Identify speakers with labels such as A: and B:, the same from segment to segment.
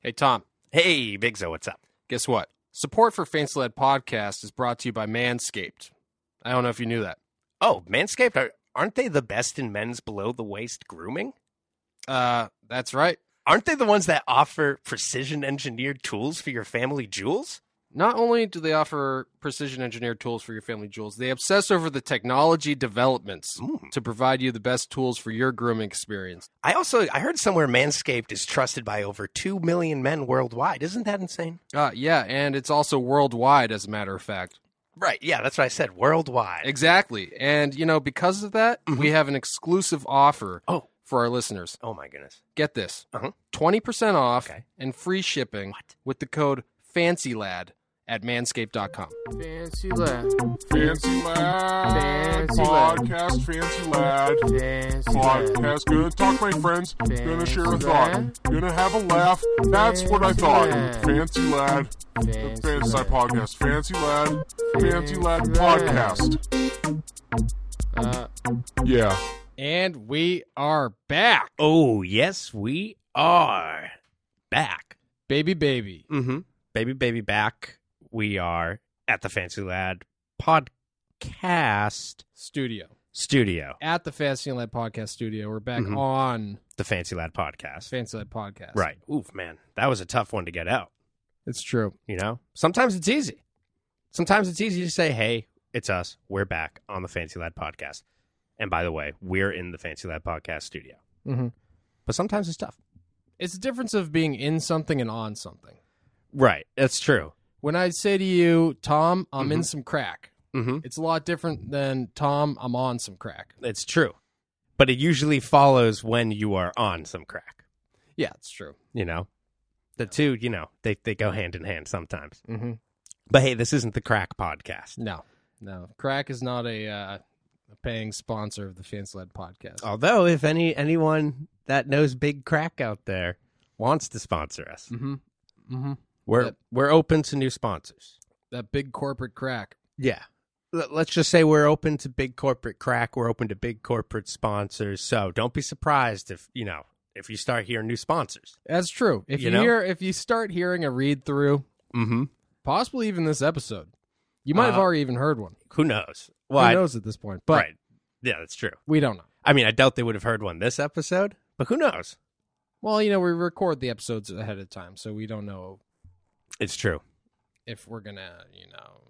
A: Hey, Tom,
B: Hey, Big Zo, what's up?
A: guess what? Support for Faints Led Podcast is brought to you by Manscaped. I don't know if you knew that.
B: Oh, Manscaped, are, aren't they the best in men's below the waist grooming?
A: Uh, that's right.
B: Aren't they the ones that offer precision engineered tools for your family jewels?
A: Not only do they offer precision engineered tools for your family jewels, they obsess over the technology developments
B: Mm.
A: to provide you the best tools for your grooming experience.
B: I also I heard somewhere Manscaped is trusted by over 2 million men worldwide. Isn't that insane?
A: Uh, yeah, and it's also worldwide, as a matter of fact.
B: Right. Yeah, that's what I said. Worldwide.
A: Exactly. And, you know, because of that, we have an exclusive offer
B: Oh.
A: for our listeners.
B: oh my goodness.
A: Get this
B: Uh-huh.
A: 20% off
B: Okay.
A: and free shipping
B: What?
A: with the code FANCYLAD at manscaped.com.
C: Fancy lad, Fancy
D: Fancy Lad.
C: Lad.
D: Podcast Fancy Lad.
C: fancy lad,
D: Podcast. Gonna talk my friends. Gonna share a
C: Fancy
D: thought.
C: Lad.
D: Gonna have a laugh. That's what I
C: Fancy
D: thought.
C: Lad.
D: Fancy Lad. The
C: fancy
D: Fancy Side
C: lad.
D: Podcast. Fancy Lad. Fancy
C: Fancy
D: Lad
C: Lad.
D: Podcast.
C: Uh,
D: Yeah.
A: And we are back.
B: Oh, yes, we are back.
A: Baby, baby.
B: Mhm. Baby baby back. We are at the Fancy Lad podcast
A: Studio.
B: studio.
A: At the Fancy Lad Podcast Studio. We're back
B: Mhm.
A: on
B: The Fancy Lad podcast.
A: Fancy Lad Podcast.
B: Right. Oof, man. That was a tough one to get out.
A: It's true.
B: You know, sometimes it's easy. Sometimes it's easy to say, hey, it's us. We're back on the Fancy Lad podcast. And by the way, we're in the Fancy Lad podcast studio.
A: Mhm.
B: But sometimes it's tough.
A: It's the difference of being in something and on something.
B: Right. That's true.
A: When I say to you, Tom, I'm in some crack,
B: Mm-hmm.
A: it's a lot different than Tom, I'm on some crack.
B: It's true. But it usually follows when you are on some crack,
A: Yeah, it's true.
B: you know? The two, you know, they, they go hand in hand sometimes.
A: Mm-hmm.
B: But hey, this isn't the crack podcast.
A: No, no. Crack is not a, uh, a paying sponsor of the Fans Led podcast.
B: Although, if any anyone that knows big crack out there wants to sponsor us,
A: Mm-hmm. Mm-hmm.
B: we're
A: Yep.
B: we're open to new sponsors.
A: That big corporate crack.
B: Yeah. L- Let's just say we're open to big corporate crack. We're open to big corporate sponsors. So don't be surprised if, you know, if you start hearing new sponsors.
A: That's true. If
B: You
A: you,
B: know?
A: hear, if you start hearing a read through,
B: Mm-hmm.
A: possibly even this episode, you might have
B: Uh,
A: already even heard one.
B: Who knows?
A: Who
B: I-
A: knows at this point? But
B: right. Yeah, that's true.
A: we don't know.
B: I mean, I doubt they would have heard one this episode, but who knows?
A: Well, you know, we record the episodes ahead of time, so we don't know
B: It's true.
A: if we're gonna, you know,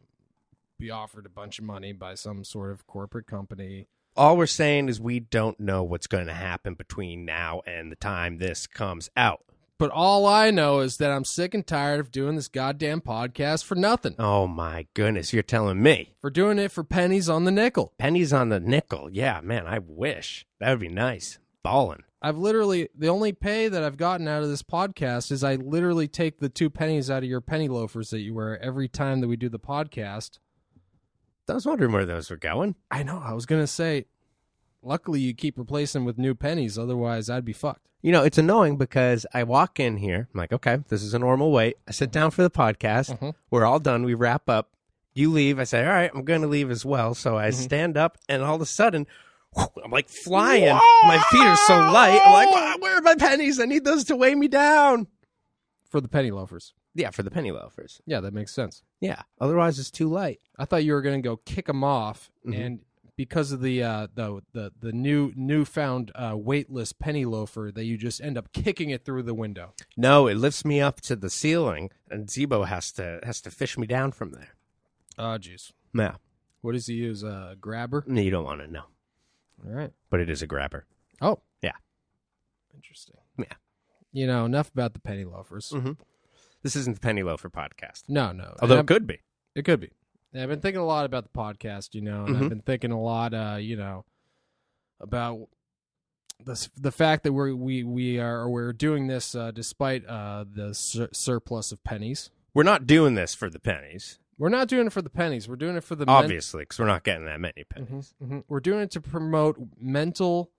A: be offered a bunch of money by some sort of corporate company.
B: All we're saying is we don't know what's going to happen between now and the time this comes out.
A: But all I know is that I'm sick and tired of doing this goddamn podcast for nothing.
B: Oh my goodness, you're telling me.
A: For doing it for pennies on the nickel.
B: Pennies on the nickel. Yeah, man, I wish. That would be nice. Ballin'.
A: I've literally the only pay that I've gotten out of this podcast is I literally take the two pennies out of your penny loafers that you wear every time that we do the podcast.
B: I was wondering where those were going.
A: I know, I was gonna say luckily you keep replacing them with new pennies, otherwise I'd be fucked.
B: You know, it's annoying because I walk in here, I'm like, okay, this is a normal weight. I sit down for the podcast.
A: Mhm.
B: We're all done. We wrap up. You leave. I say, all right, I'm going to leave as well. So I stand up, and all of a sudden, I'm like flying. My feet are so light. I'm like, "Wha- where are my pennies? I need those to weigh me down.
A: For the penny loafers.
B: Yeah, for the penny loafers.
A: Yeah, that makes sense.
B: Yeah, otherwise it's too light.
A: I thought you were gonna go kick them off
B: Mhm.
A: and because of the uh the the, the new newfound uh weightless penny loafer that you just end up kicking it through the window.
B: No, it lifts me up to the ceiling, and Zebo has to has to fish me down from there.
A: Oh jeez.
B: Yeah,
A: What does he use? A grabber?
B: you don't want to know,
A: All right.
B: but it is a grabber.
A: Oh.
B: Yeah.
A: Interesting.
B: Yeah.
A: You know, enough about the penny loafers.
B: This isn't the penny loafer podcast.
A: No, no.
B: Although
A: And
B: it could be.
A: I- it could be. And I've been thinking a lot about the podcast, you know, and
B: Mhm.
A: I've been thinking a lot, uh, you know, about the s- the fact that we're we we are we're doing this uh, despite uh, the sur- surplus of pennies.
B: We're not doing this for the pennies,
A: We're not doing it for the pennies. We're doing it for the men-
B: obviously, because we're not getting that many pennies.
A: Mhm. We're doing it to promote mental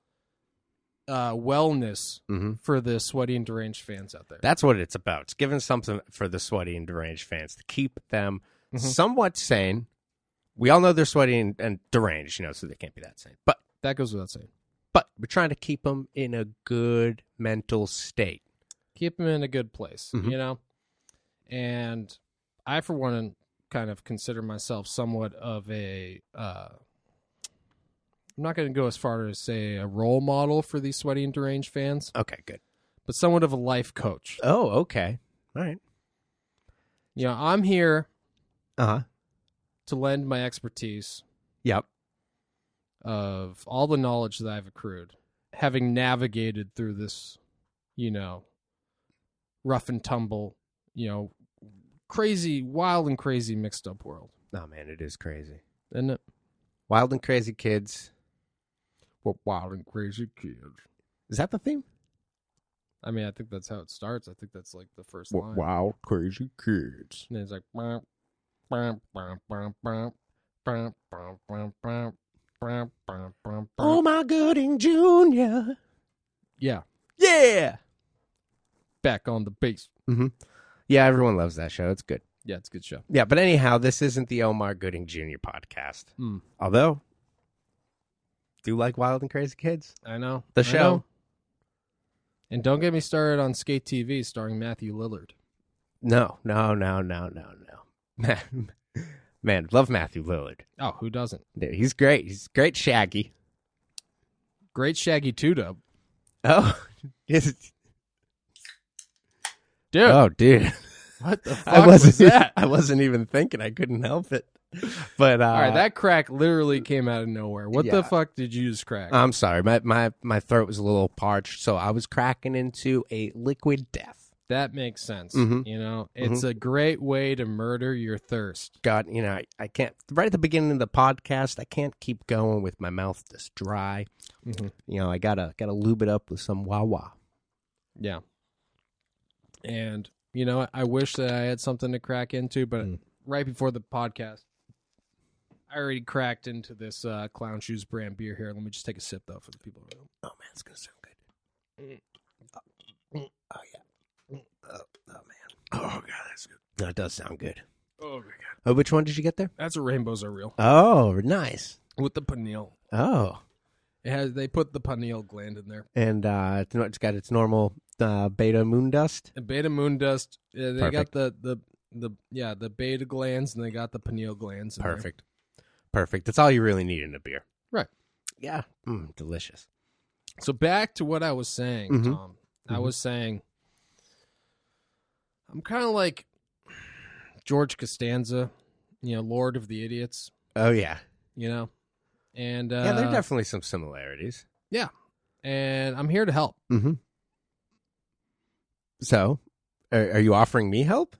A: uh, wellness
B: Mhm.
A: for the sweaty and deranged fans out there.
B: That's what it's about. It's giving something for the sweaty and deranged fans to keep them
A: Mhm.
B: somewhat sane. We all know they're sweaty and, and deranged, you know, so they can't be that sane. But
A: that goes without saying.
B: but we're trying to keep them in a good mental state.
A: keep him in a good place,
B: Mhm.
A: you know. And I, for one, kind of consider myself somewhat of a. Uh, I'm not going to go as far as say a role model for these sweaty and deranged fans,
B: Okay, good.
A: but somewhat of a life coach.
B: Oh, okay. All right.
A: You know, I'm here
B: Uh huh.
A: to lend my expertise
B: Yep.
A: of all the knowledge that I've accrued, having navigated through this, you know, rough and tumble, you know, crazy, wild and crazy mixed up world.
B: Oh man, it is crazy.
A: And uh, it?
B: Wild and crazy kids.
A: We're wild and crazy kids.
B: Is that the theme?
A: I mean, I think that's how it starts. I think that's like the 1st line.
D: Wow, crazy kids.
A: And it's like, "Bum, bum, bum, bum, bum, bum, bum, bum, bum, bum, bum, bum, bum."
B: Oh my Gooding Junior.
A: yeah,
B: Yeah.
A: back on the bass.
B: Yeah, everyone loves that show. It's good.
A: Yeah, it's a good show.
B: Yeah, but anyhow, this isn't the Omar Gooding Jr. podcast.
A: Hmm.
B: Although, do you like Wild and Crazy Kids?
A: I know.
B: The
A: I
B: show.
A: know. And don't get me started on Skate TV starring Matthew Lillard.
B: No, no, no, no, no, no. Man, man, love Matthew Lillard.
A: Oh, who doesn't?
B: Dude, he's great. He's great, Shaggy.
A: Great Shaggy Two Dub.
B: Oh, yes.
A: Dude,
B: oh, dude.
A: what the fuck
B: I
A: was
B: wasn't. e-
A: that?
B: I wasn't even thinking. I couldn't help it. But uh,
A: All right, that crack literally came out of nowhere. What
B: Yeah.
A: the fuck did you just crack?
B: I'm sorry. My my my throat was a little parched, so I was cracking into a liquid death.
A: that makes sense.
B: Mhm.
A: You know, it's a great way to murder your thirst.
B: God, you know, I, I can't. Right at the beginning of the podcast, I can't keep going with my mouth this dry.
A: Mhm.
B: You know, I gotta gotta lube it up with some Wawa.
A: Yeah. And, you know, I wish that I had something to crack into, but
B: Mm.
A: right before the podcast, I already cracked into this uh, Clown Shoes brand beer here. Let me just take a sip, though, for the people at home.
B: Oh man, it's gonna sound good. Oh yeah. Oh, oh man. Oh god, that's good. That does sound good.
A: Oh my god,
B: Oh, which one did you get there?
A: that's what rainbows are real
B: Oh, nice.
A: with the pineal.
B: Oh,
A: It has they put the pineal gland in there.
B: and uh, it's not- it's got its normal uh, beta moon dust.
A: And beta moon dust. Uh, they got
B: Perfect.
A: the the the yeah the beta glands and they got the pineal glands. in there.
B: Perfect. Perfect. That's all you really need in a beer.
A: Right.
B: Yeah. Mm, delicious.
A: So back to what I was saying,
B: Mhm.
A: Tom. I
B: Mhm.
A: was saying I'm kind of like George Costanza, you know, Lord of the Idiots,
B: Oh yeah.
A: you know, and uh,
B: yeah, there are definitely some similarities.
A: and I'm here to help.
B: Mm-hmm. So, are, are you offering me help?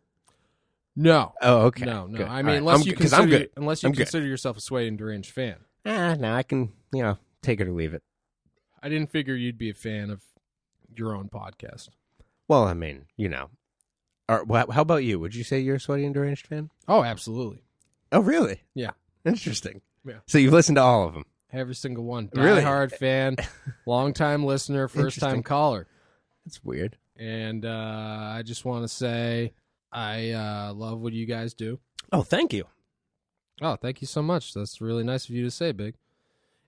A: No.
B: Oh, okay.
A: No, no.
B: Good.
A: I
B: All
A: mean,
B: right.
A: unless
B: I'm
A: you
B: good- 'cause I'm
A: consider,
B: good.
A: unless you
B: I'm good.
A: consider yourself a Sway and Deranged fan.
B: Ah, no, I can, you know, take it or leave it.
A: I didn't figure you'd be a fan of your own podcast.
B: Well, I mean, you know. Or, wha- how about you? Would you say you're a sweaty and deranged fan?
A: Oh, absolutely.
B: Oh, really?
A: Yeah.
B: Interesting.
A: Yeah.
B: So you've listened to all of them.
A: Every single one.
B: Really?
A: Really? hard fan, long time listener, first
B: Interesting.
A: time caller.
B: That's weird.
A: And uh, I just want to say I uh, love what you guys do.
B: Oh, thank you.
A: Oh, thank you so much. That's really nice of you to say, Big.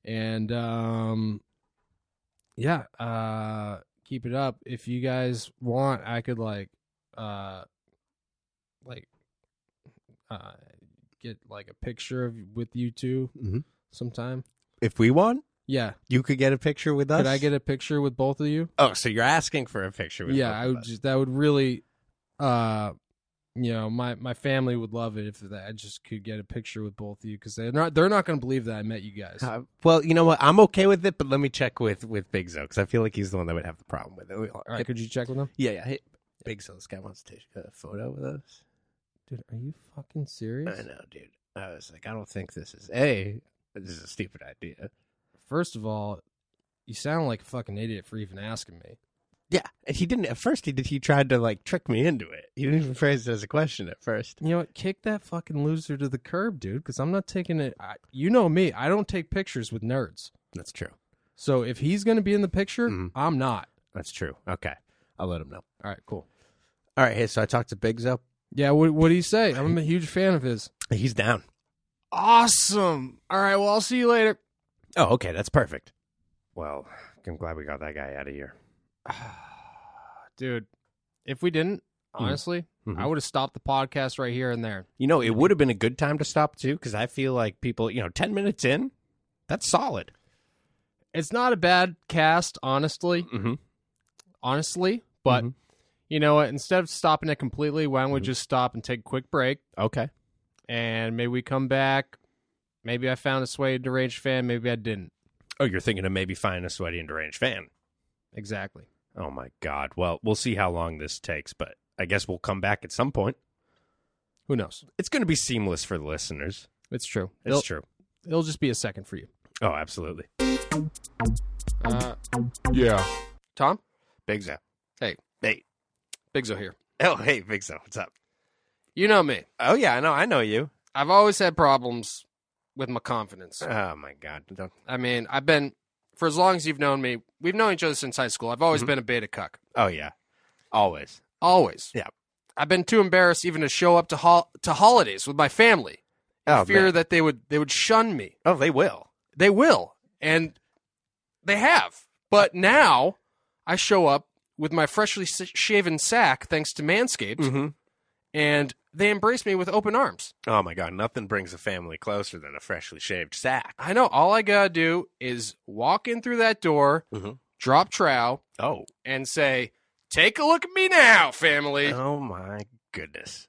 A: And um, yeah, uh, keep it up. If you guys want, I could like, uh, like, uh, get like a picture of with you two
B: Mhm.
A: sometime.
B: If we want,
A: Yeah,
B: you could get a picture with us.
A: could I get a picture with both of you?
B: Oh, so you're asking for a picture with
A: yeah,
B: both
A: I
B: of
A: would
B: us.
A: just that would really, uh, you know, my my family would love it if that I just could get a picture with both of you because they're not they're not gonna believe that I met you guys.
B: Uh, well, you know what? I'm okay with it, but let me check with with Big Zo because I feel like he's the one that would have the problem with it. We-
A: All right, could you check with them?
B: Yeah, yeah. Hey, Big Zo, this guy wants to take a photo with us.
A: Dude, are you fucking serious?
B: I know, dude. I was like, I don't think this is a. This is a stupid idea.
A: First of all, you sound like a fucking idiot for even asking me.
B: Yeah, and he didn't at first. He did. He tried to like trick me into it. He didn't even phrase it as a question at first.
A: You know what? Kick that fucking loser to the curb, dude, because I'm not taking it. I, you know me. I don't take pictures with nerds.
B: That's true.
A: So if he's going to be in the picture,
B: Mhm.
A: I'm not.
B: That's true. Okay, I'll let him know.
A: All right, cool.
B: All right. Hey, so I talked to Big Zo.
A: Yeah, what what do you say? I'm a huge fan of his.
B: He's down.
A: Awesome. All right, well, I'll see you later.
B: Oh, okay. That's perfect. Well, I'm glad we got that guy out of here.
A: Dude, If we didn't, honestly,
B: Mhm.
A: I would have stopped the podcast right here and there.
B: You know, it would have been a good time to stop too, because I feel like people, you know, ten minutes in, that's solid.
A: It's not a bad cast, honestly.
B: Mm-hmm.
A: Honestly, but
B: Mhm.
A: you know what? Instead of stopping it completely, why don't we just stop and take a quick break?
B: Okay.
A: And maybe we come back. Maybe I found a sway deranged fan. Maybe I didn't.
B: Oh, you're thinking of maybe finding a sweaty and deranged fan.
A: Exactly.
B: Oh my God. Well, we'll see how long this takes, but I guess we'll come back at some point.
A: Who knows?
B: It's going to be seamless for the listeners.
A: It's true.
B: It's
A: it'll,
B: true.
A: it'll just be a second for you.
B: Oh, absolutely.
C: Uh,
D: Yeah.
A: Tom,
B: Big Zo.
A: Hey.
B: Hey.
A: Bigzo here.
B: Oh, hey, Big Zo. What's up?
A: You know me.
B: Oh yeah, I know. I know you.
A: I've always had problems with my confidence.
B: Oh my God. Don't-
A: I mean, I've been for as long as you've known me. We've known each other since high school. I've always
B: Mm-hmm.
A: been a beta cuck.
B: Oh yeah. Always.
A: Always.
B: Yeah.
A: I've been too embarrassed even to show up to hol- to holidays with my family.
B: Oh
A: fear
B: man.
A: that they would they would shun me.
B: Oh, they will.
A: They will, and they have. But now I show up with my freshly s- shaven sack, thanks to Manscaped,
B: Mm-hmm.
A: and they embrace me with open arms.
B: Oh my God. Nothing brings a family closer than a freshly shaved sack.
A: I know all I gotta do is walk in through that door,
B: Mhm.
A: drop trow,
B: Oh.
A: and say, "Take a look at me now, family.
B: Oh my goodness.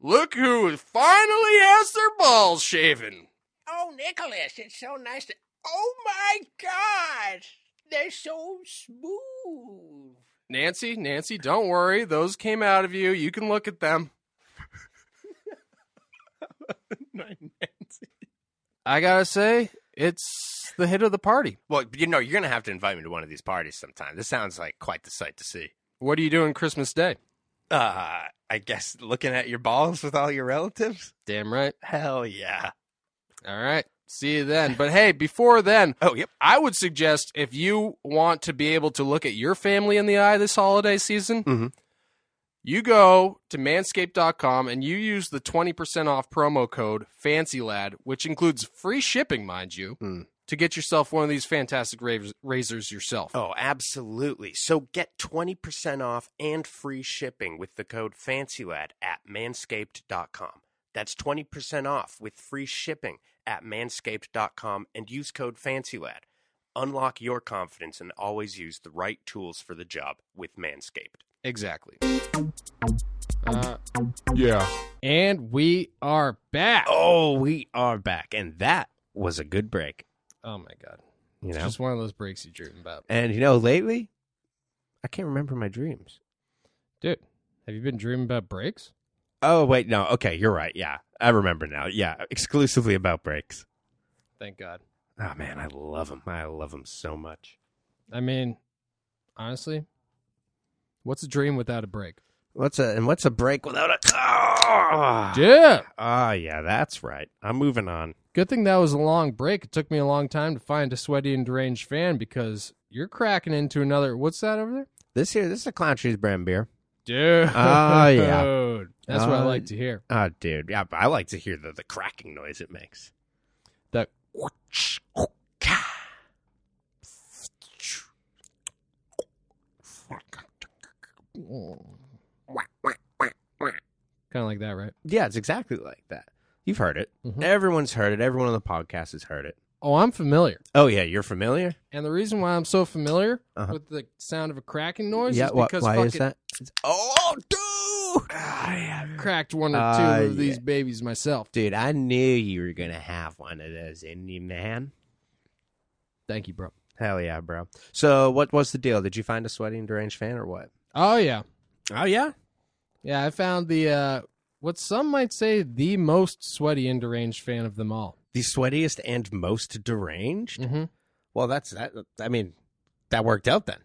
A: Look who finally has their balls shaven."
E: Oh, Nicholas, it's so nice to. Oh my God! They're so smooth.
A: Nancy, Nancy, don't worry. Those came out of you. You can look at them. I gotta say, it's the hit of the party.
B: Well, you know, you're gonna have to invite me to one of these parties sometime. This sounds like quite the sight to see.
A: What are you doing Christmas Day?
B: Uh, I guess looking at your balls with all your relatives.
A: Damn right.
B: Hell yeah.
A: All right. See you then. But hey, before then,
B: Oh yep.
A: I would suggest if you want to be able to look at your family in the eye this holiday season,
B: Mhm.
A: you go to manscaped.com and you use the 20% off promo code FANCYLAD, which includes free shipping, mind you,
B: Mm.
A: to get yourself one of these fantastic raz- razors yourself.
B: Oh, absolutely. So get 20% off and free shipping with the code FANCYLAD at manscaped.com. That's 20% off with free shipping at manscaped.com and use code FANCYLAD. Unlock your confidence and always use the right tools for the job with Manscaped.
A: Exactly.
C: uh,
D: Yeah.
A: And we are back.
B: Oh, we are back. And that was a good break.
A: Oh my god.
B: You
A: It's
B: know?
A: just one of those breaks you dream about.
B: And you know, lately, I can't remember my dreams.
A: Dude, have you been dreaming about breaks?
B: Oh, wait, no. Okay, you're right. Yeah. I remember now. Yeah, exclusively about breaks.
A: Thank God.
B: Oh man, I love them. I love them so much.
A: I mean, honestly, what's a dream without a break?
B: What's a and what's a break without a? Ah,
A: Yeah.
B: Ah, yeah, that's right. I'm moving on.
A: Good thing that was a long break. It took me a long time to find a sweaty and deranged fan because you're cracking into another. What's that over there?
B: This here, this is a clown shoes brand beer.
A: Dude.
B: Ah, yeah.
A: That's what I
B: Ah.
A: like to hear.
B: Ah, dude, yeah, but I like to hear the the cracking noise it makes.
A: That kind of like that, right?
B: Yeah, it's exactly like that. You've heard it.
A: Mhm.
B: Everyone's heard it. Everyone on the podcast has heard it.
A: Oh, I'm familiar.
B: Oh yeah, you're familiar.
A: And the reason why I'm so familiar
B: Uh-huh.
A: with the sound of a cracking noise
B: yeah.
A: is
B: wha-
A: because
B: why
A: fucking
B: is that? It's- oh, dude. Ah, yeah.
A: cracked one or two
B: Ah,
A: of these
B: yeah.
A: babies myself.
B: Dude, I knew you were gonna have one of those Indian man.
A: Thank you, bro.
B: Hell yeah, bro. So what was the deal? Did you find a sweaty and deranged fan or what?
A: Oh yeah.
B: Oh yeah.
A: Yeah, I found the uh what some might say the most sweaty and deranged fan of them all.
B: The sweatiest and most deranged?
A: Mm-hmm.
B: Well that's that I mean, that worked out then.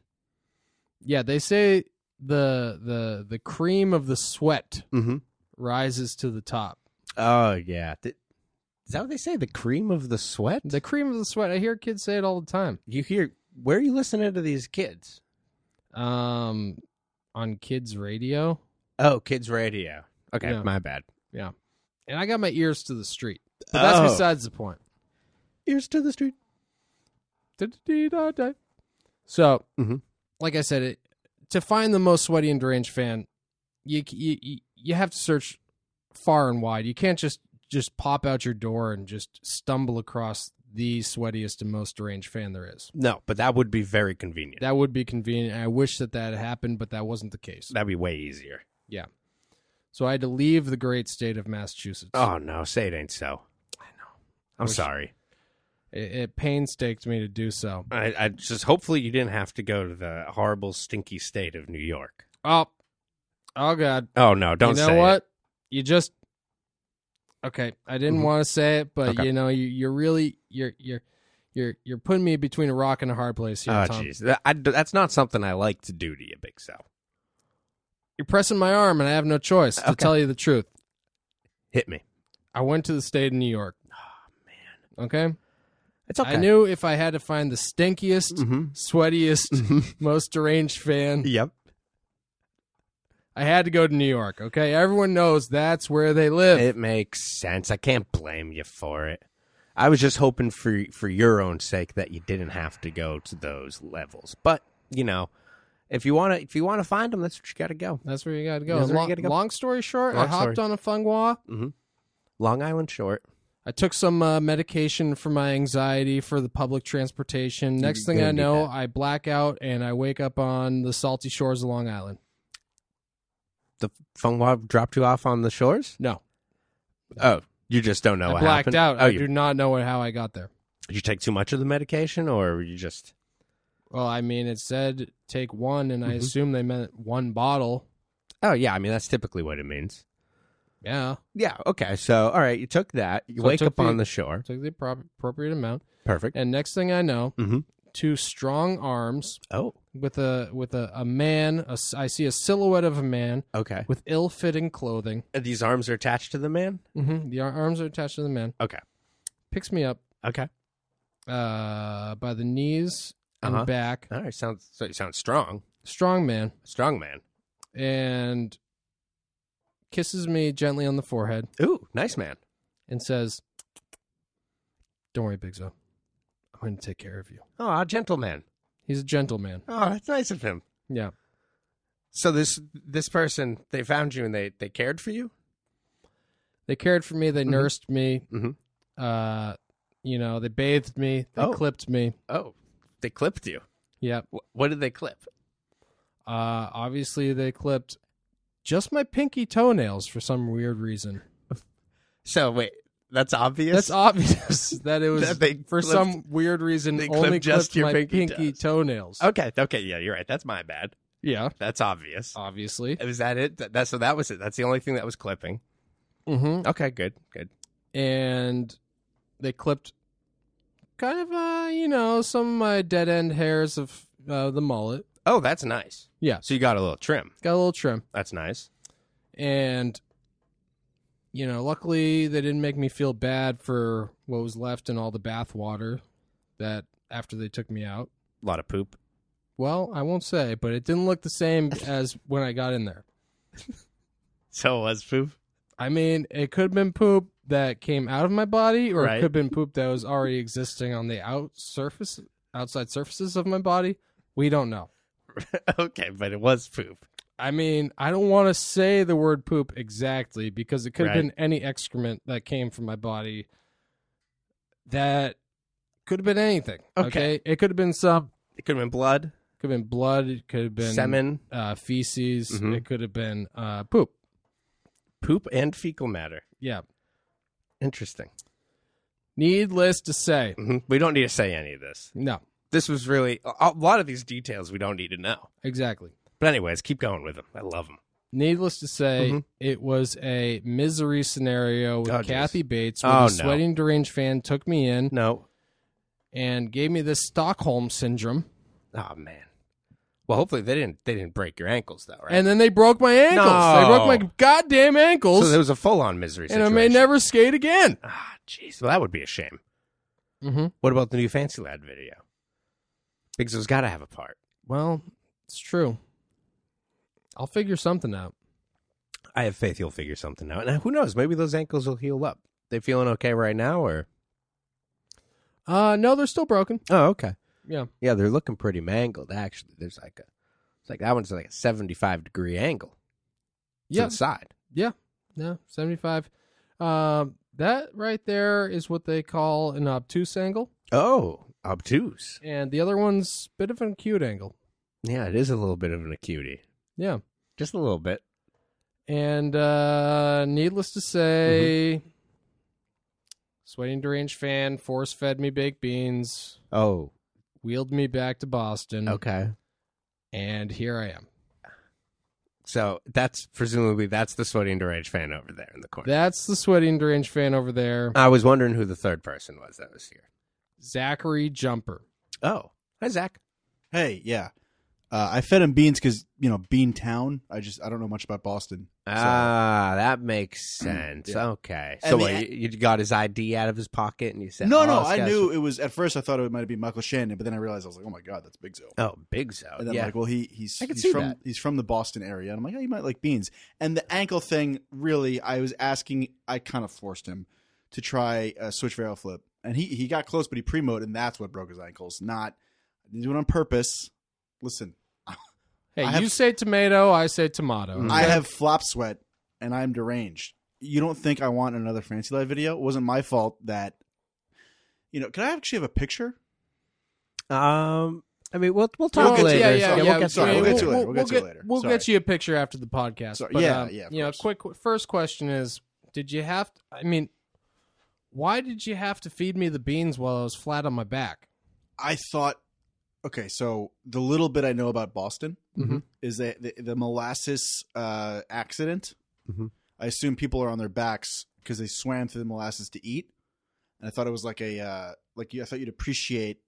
A: Yeah, they say the the the cream of the sweat
B: Mm-hmm.
A: rises to the top.
B: Oh yeah. Th- is that what they say? The cream of the sweat?
A: The cream of the sweat. I hear kids say it all the time.
B: you hear where are you listening to these kids?
A: Um on kids radio.
B: Oh, kids radio. Okay,
A: Yeah.
B: my bad.
A: And I got my ears to the street. But that's
B: Oh.
A: besides the point.
B: Ears to the street.
A: Da-da-dee-da-da. So,
B: Mhm.
A: like I said, it to find the most sweaty and deranged fan, you you you- you have to search far and wide. You can't just just pop out your door and just stumble across the sweatiest and most deranged fan there is.
B: No, but that would be very convenient.
A: That would be convenient. I wish that that had happened, but that wasn't the case.
B: That'd be way easier.
A: So I had to leave the great state of Massachusetts.
B: Oh no, say it ain't so.
A: I know.
B: I'm
A: Wish-
B: sorry.
A: It, it painstaked me to do so.
B: I, I just hopefully you didn't have to go to the horrible, stinky state of New York.
A: Oh, oh God!
B: Oh no, don't
A: you know
B: say
A: what?
B: it.
A: You just okay. I didn't
B: Mhm.
A: want to say it, but
B: Okay.
A: you know, you, you're really you're you're you're you're putting me between a rock and a hard place here,
B: Oh
A: Tom.
B: jeez, That- I- that's not something I like to do to you, Big Sal.
A: You're pressing my arm, and I have no choice to
B: Okay.
A: tell you the truth.
B: Hit me.
A: I went to the state of New York.
B: Ah,
A: Oh man. Okay.
B: It's okay.
A: I knew if I had to find the stinkiest,
B: Mhm.
A: sweatiest,
B: Mhm.
A: most deranged fan,
B: Yep.
A: I had to go to New York. Okay, everyone knows that's where they live.
B: It makes sense. I can't blame you for it. I was just hoping for for your own sake that you didn't have to go to those levels. But you know, if you want to, if you want to find them, that's what you got to go.
A: That's where you got to go.
B: That's where you
A: Long,
B: gotta go.
A: long story short, I
B: Long
A: hopped
B: story.
A: on a fungwa.
B: Long Island Short.
A: I took some uh, medication for my anxiety for the public transportation. Next thing
B: gonna
A: I
B: need
A: know,
B: that.
A: I black out and I wake up on the salty shores of Long Island.
B: The Fungwa dropped you off on the shores.
A: No,
B: Oh, you just don't know
A: I
B: what
A: blacked
B: happened.
A: out.
B: Oh,
A: I
B: you,
A: do not know how I got there.
B: did you take too much of the medication, or you just
A: Well, I mean, it said take one, and I
B: Mhm.
A: assume they meant one bottle.
B: Oh yeah, I mean that's typically what it means.
A: Yeah,
B: Yeah. Okay. So all right, you took that. You
A: So I
B: wake
A: took
B: up on
A: the-
B: the shore.
A: took the appro- appropriate amount.
B: Perfect.
A: And next thing I know,
B: Mhm.
A: two strong arms
B: Oh.
A: with a with a, a man. a s- I see a silhouette of a man
B: Okay.
A: with ill-fitting clothing.
B: These arms are attached to the man.
A: hmm The ar- arms are attached to the man.
B: Okay.
A: Picks me up
B: Okay.
A: uh, by the knees and
B: Uh-huh.
A: back.
B: All right. Sounds so you sound strong.
A: Strong man.
B: Strong man.
A: And kisses me gently on the forehead
B: Ooh, nice man.
A: and says, Don't worry, Big Zo. I'm going to take care of you.
B: Oh, a gentleman.
A: He's a gentleman.
B: Oh, that's nice of him.
A: Yeah.
B: So this this person, they found you and they they cared for you.
A: They cared for me. They
B: Mhm.
A: nursed me.
B: Mhm.
A: Uh, you know, they bathed me. They
B: Oh.
A: clipped me.
B: Oh, they clipped you.
A: Yeah.
B: Wh- What did they clip?
A: Uh, obviously, they clipped just my pinky toenails for some weird reason.
B: So wait, that's obvious.
A: That's obvious that it was
B: That they
A: for
B: clipped-
A: some weird reason
B: they
A: only
B: clipped just
A: clipped
B: your
A: my pinky,
B: pinky Oh.
A: toenails.
B: okay. Okay. Yeah, you're right. That's my bad.
A: Yeah,
B: That's obvious.
A: obviously.
B: Was Oh, that it? That, that so that was it. That's the only thing that was clipping.
A: hmm
B: Okay, good, good.
A: And they clipped kind of uh, you know, some of my dead end hairs of uh, the mullet.
B: Oh, that's nice.
A: Yeah.
B: So you got a little trim.
A: Got a little trim.
B: That's nice.
A: And you know, luckily they didn't make me feel bad for what was left in all the bath water that after they took me out.
B: A lot of poop.
A: Well, I won't say, but it didn't look the same as when I got in there.
B: So it was poop.
A: I mean, it could have been poop that came out of my body, or it
B: Right.
A: could have been poop that was already existing on the out surface, outside surfaces of my body. We don't know.
B: okay, but it was poop.
A: I mean, I don't want to say the word poop exactly because it could have been
B: Right.
A: any excrement that came from my body. That could have been anything. Okay,
B: Okay.
A: it could have been some.
B: It could have been blood,
A: Could have been blood. It could have been
B: semen,
A: uh, feces.
B: Mhm.
A: It could have been uh, poop.
B: poop, and fecal matter.
A: Yeah.
B: Interesting.
A: Needless to say,
B: hmm We don't need to say any of this.
A: no,
B: This was really a a lot of these details we don't need to know.
A: exactly.
B: But anyways, keep going with them. I love them.
A: Needless to say,
B: Mhm.
A: it was a misery scenario with
B: Oh, geez.
A: Kathy Bates, where
B: Oh,
A: the
B: no.
A: sweating deranged fan took me in
B: No.
A: and gave me this Stockholm syndrome,
B: Oh man. Well, hopefully they didn't they didn't break your ankles though, right?
A: and then they broke my ankles.
B: No.
A: They broke my goddamn ankles,
B: so there was a full on misery
A: and
B: situation.
A: I may never skate again.
B: Ah, jeez. Well, that would be a shame.
A: Mm-hmm.
B: What about the new Fancy Lad video? Because it's got to have a part.
A: Well, it's true. I'll figure something out.
B: I have faith you'll figure something out. And who knows? Maybe those ankles will heal up. They feeling okay right now, or
A: Uh, no, they're still broken.
B: oh, okay.
A: Yeah,
B: Yeah, they're looking pretty mangled. Actually, there's like a It's like that one's like a 75 degree angle. to
A: Yeah,
B: the side.
A: no, 75. Um, that right there is what they call an obtuse angle,
B: Oh, obtuse.
A: and the other one's a bit of an acute angle.
B: Yeah, it is a little bit of an acuity.
A: Yeah.
B: Just a little bit.
A: And uh, needless to say, sweating deranged fan force fed me baked beans,
B: Oh,
A: wheeled me back to Boston,
B: okay.
A: and here I am.
B: So that's presumably that's the sweating deranged fan over there in the corner.
A: That's the sweating deranged fan over there,
F: Uh,
B: I was wondering who the third person was that was here.
A: Zachary Jumper.
B: Oh, hi Zach.
F: Hey, yeah. Uh, I fed him beans because you know Bean Town. I just I don't know much about Boston. So,
B: Ah, that makes sense.
F: Yeah.
B: Okay,
F: And
B: so
F: the-
B: what, you, you got his ID out of his pocket and you said,
F: no,
B: "Oh,
F: no,
B: this
F: I
B: guy's
F: knew
B: from-"
F: it was. At first, I thought it might be Michael Shannon, but then I realized I was like, oh my god, that's Big Zo.
B: Oh, Big Zo.
F: and then
B: Yeah,
F: I'm like, well, he he's
B: I can
F: he's
B: see
F: from
B: that.
F: he's from the Boston area, and I'm like, oh, you might like beans. And the ankle thing, really, I was asking, I kind of forced him to try a switch barrel flip, and he he got close, but he premoed, and that's what broke his ankles. Not I didn't do it on purpose. Listen,
A: Hey,
F: I have- Mm-hmm.
A: you say tomato, I say tomato.
B: Mhm.
F: I
A: okay?
F: have flop sweat and I'm deranged. You don't think I want another Fancy Life video? It wasn't my fault that, you know, can I actually have a picture?
B: um, I mean, we'll we'll
F: We'll
B: talk
F: get to-
B: later.
F: yeah,
B: so-
F: yeah,
B: we'll get to
F: sorry,
B: it.
F: we'll get to
A: we'll-
F: it later. We'll get to it
A: get-
F: later.
A: We'll
F: Sorry.
A: get you a picture after the podcast.
F: Sorry.
A: But,
F: Yeah,
A: um,
F: yeah, of
A: You know,
F: course.
A: quick first question is: Did you have? To, I mean, why did you have to feed me the beans while I was flat on my back?
F: I thought, okay, so the little bit I know about Boston
A: Mhm.
F: is that the, the molasses uh, accident.
A: Mm-hmm.
B: Mhm.
F: I assume people are on their backs because they swam through the molasses to eat, and I thought it was like a uh, like you, I thought you'd appreciate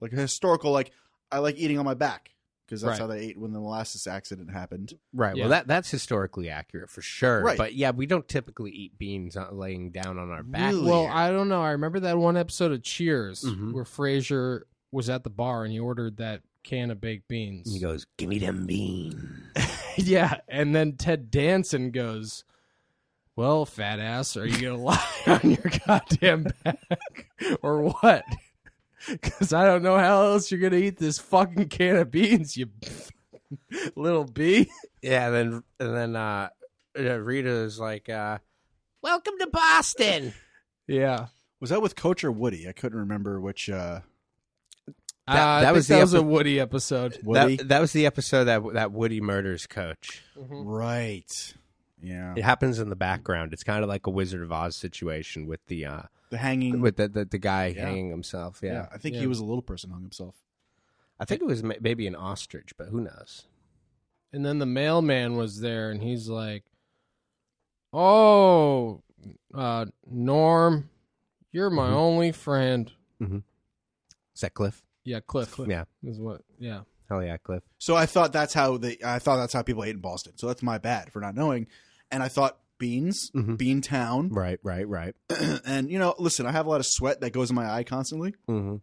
F: like a historical like I like eating on my back because that's
A: Right.
F: how they ate when the molasses accident happened.
B: Right.
A: Yeah.
B: Well, that that's historically accurate for sure.
F: Right.
B: But yeah, we don't typically eat beans on- laying down on our back.
F: Really? Mm-hmm.
A: Well, I don't know. I remember that one episode of Cheers
B: Mhm.
A: where Frasier was at the bar and he ordered that can of baked beans.
B: he goes, "Give me them beans."
A: yeah, and then Ted Danson goes. Well, fat ass, are you gonna lie on your goddamn back or what? Because I don't know how else you're gonna eat this fucking can of beans, you little bee.
B: Yeah, then and then uh, uh, Rita's like, uh, "Welcome to Boston."
A: Yeah,
F: Was that with Coach or Woody? I couldn't remember which. Uh,
A: that,
B: That-
A: uh,
B: that
A: that
B: was
A: was
B: the
A: that was a
B: epi-
A: Woody episode.
F: Woody,
B: That that was the episode that that Woody murders Coach.
F: Mm-hmm. right? Yeah,
B: It happens in the background. It's kind of like a Wizard of Oz situation with the uh,
F: the hanging.
B: with the the, the guy
F: Mm. Yeah.
B: hanging himself. Yeah.
F: yeah. I think
A: Yeah.
F: he was a little person hung himself.
B: I think it was ma- maybe an ostrich, but who knows?
A: And then the mailman was there, and he's like, "Oh, uh, Norm, you're my
B: Mhm.
A: only friend."
B: Is that Cliff?
A: Yeah, Cliff.
B: Yeah,
A: is what. Yeah,
B: hell yeah, Cliff.
F: So I thought that's how they. I thought that's how people ate in Boston. So that's my bad for not knowing. And I thought beans,
B: Mhm.
F: Bean Town,
B: Right, right, right.
F: and you know, listen, I have a lot of sweat that goes in my eye constantly.
B: Mm-hmm.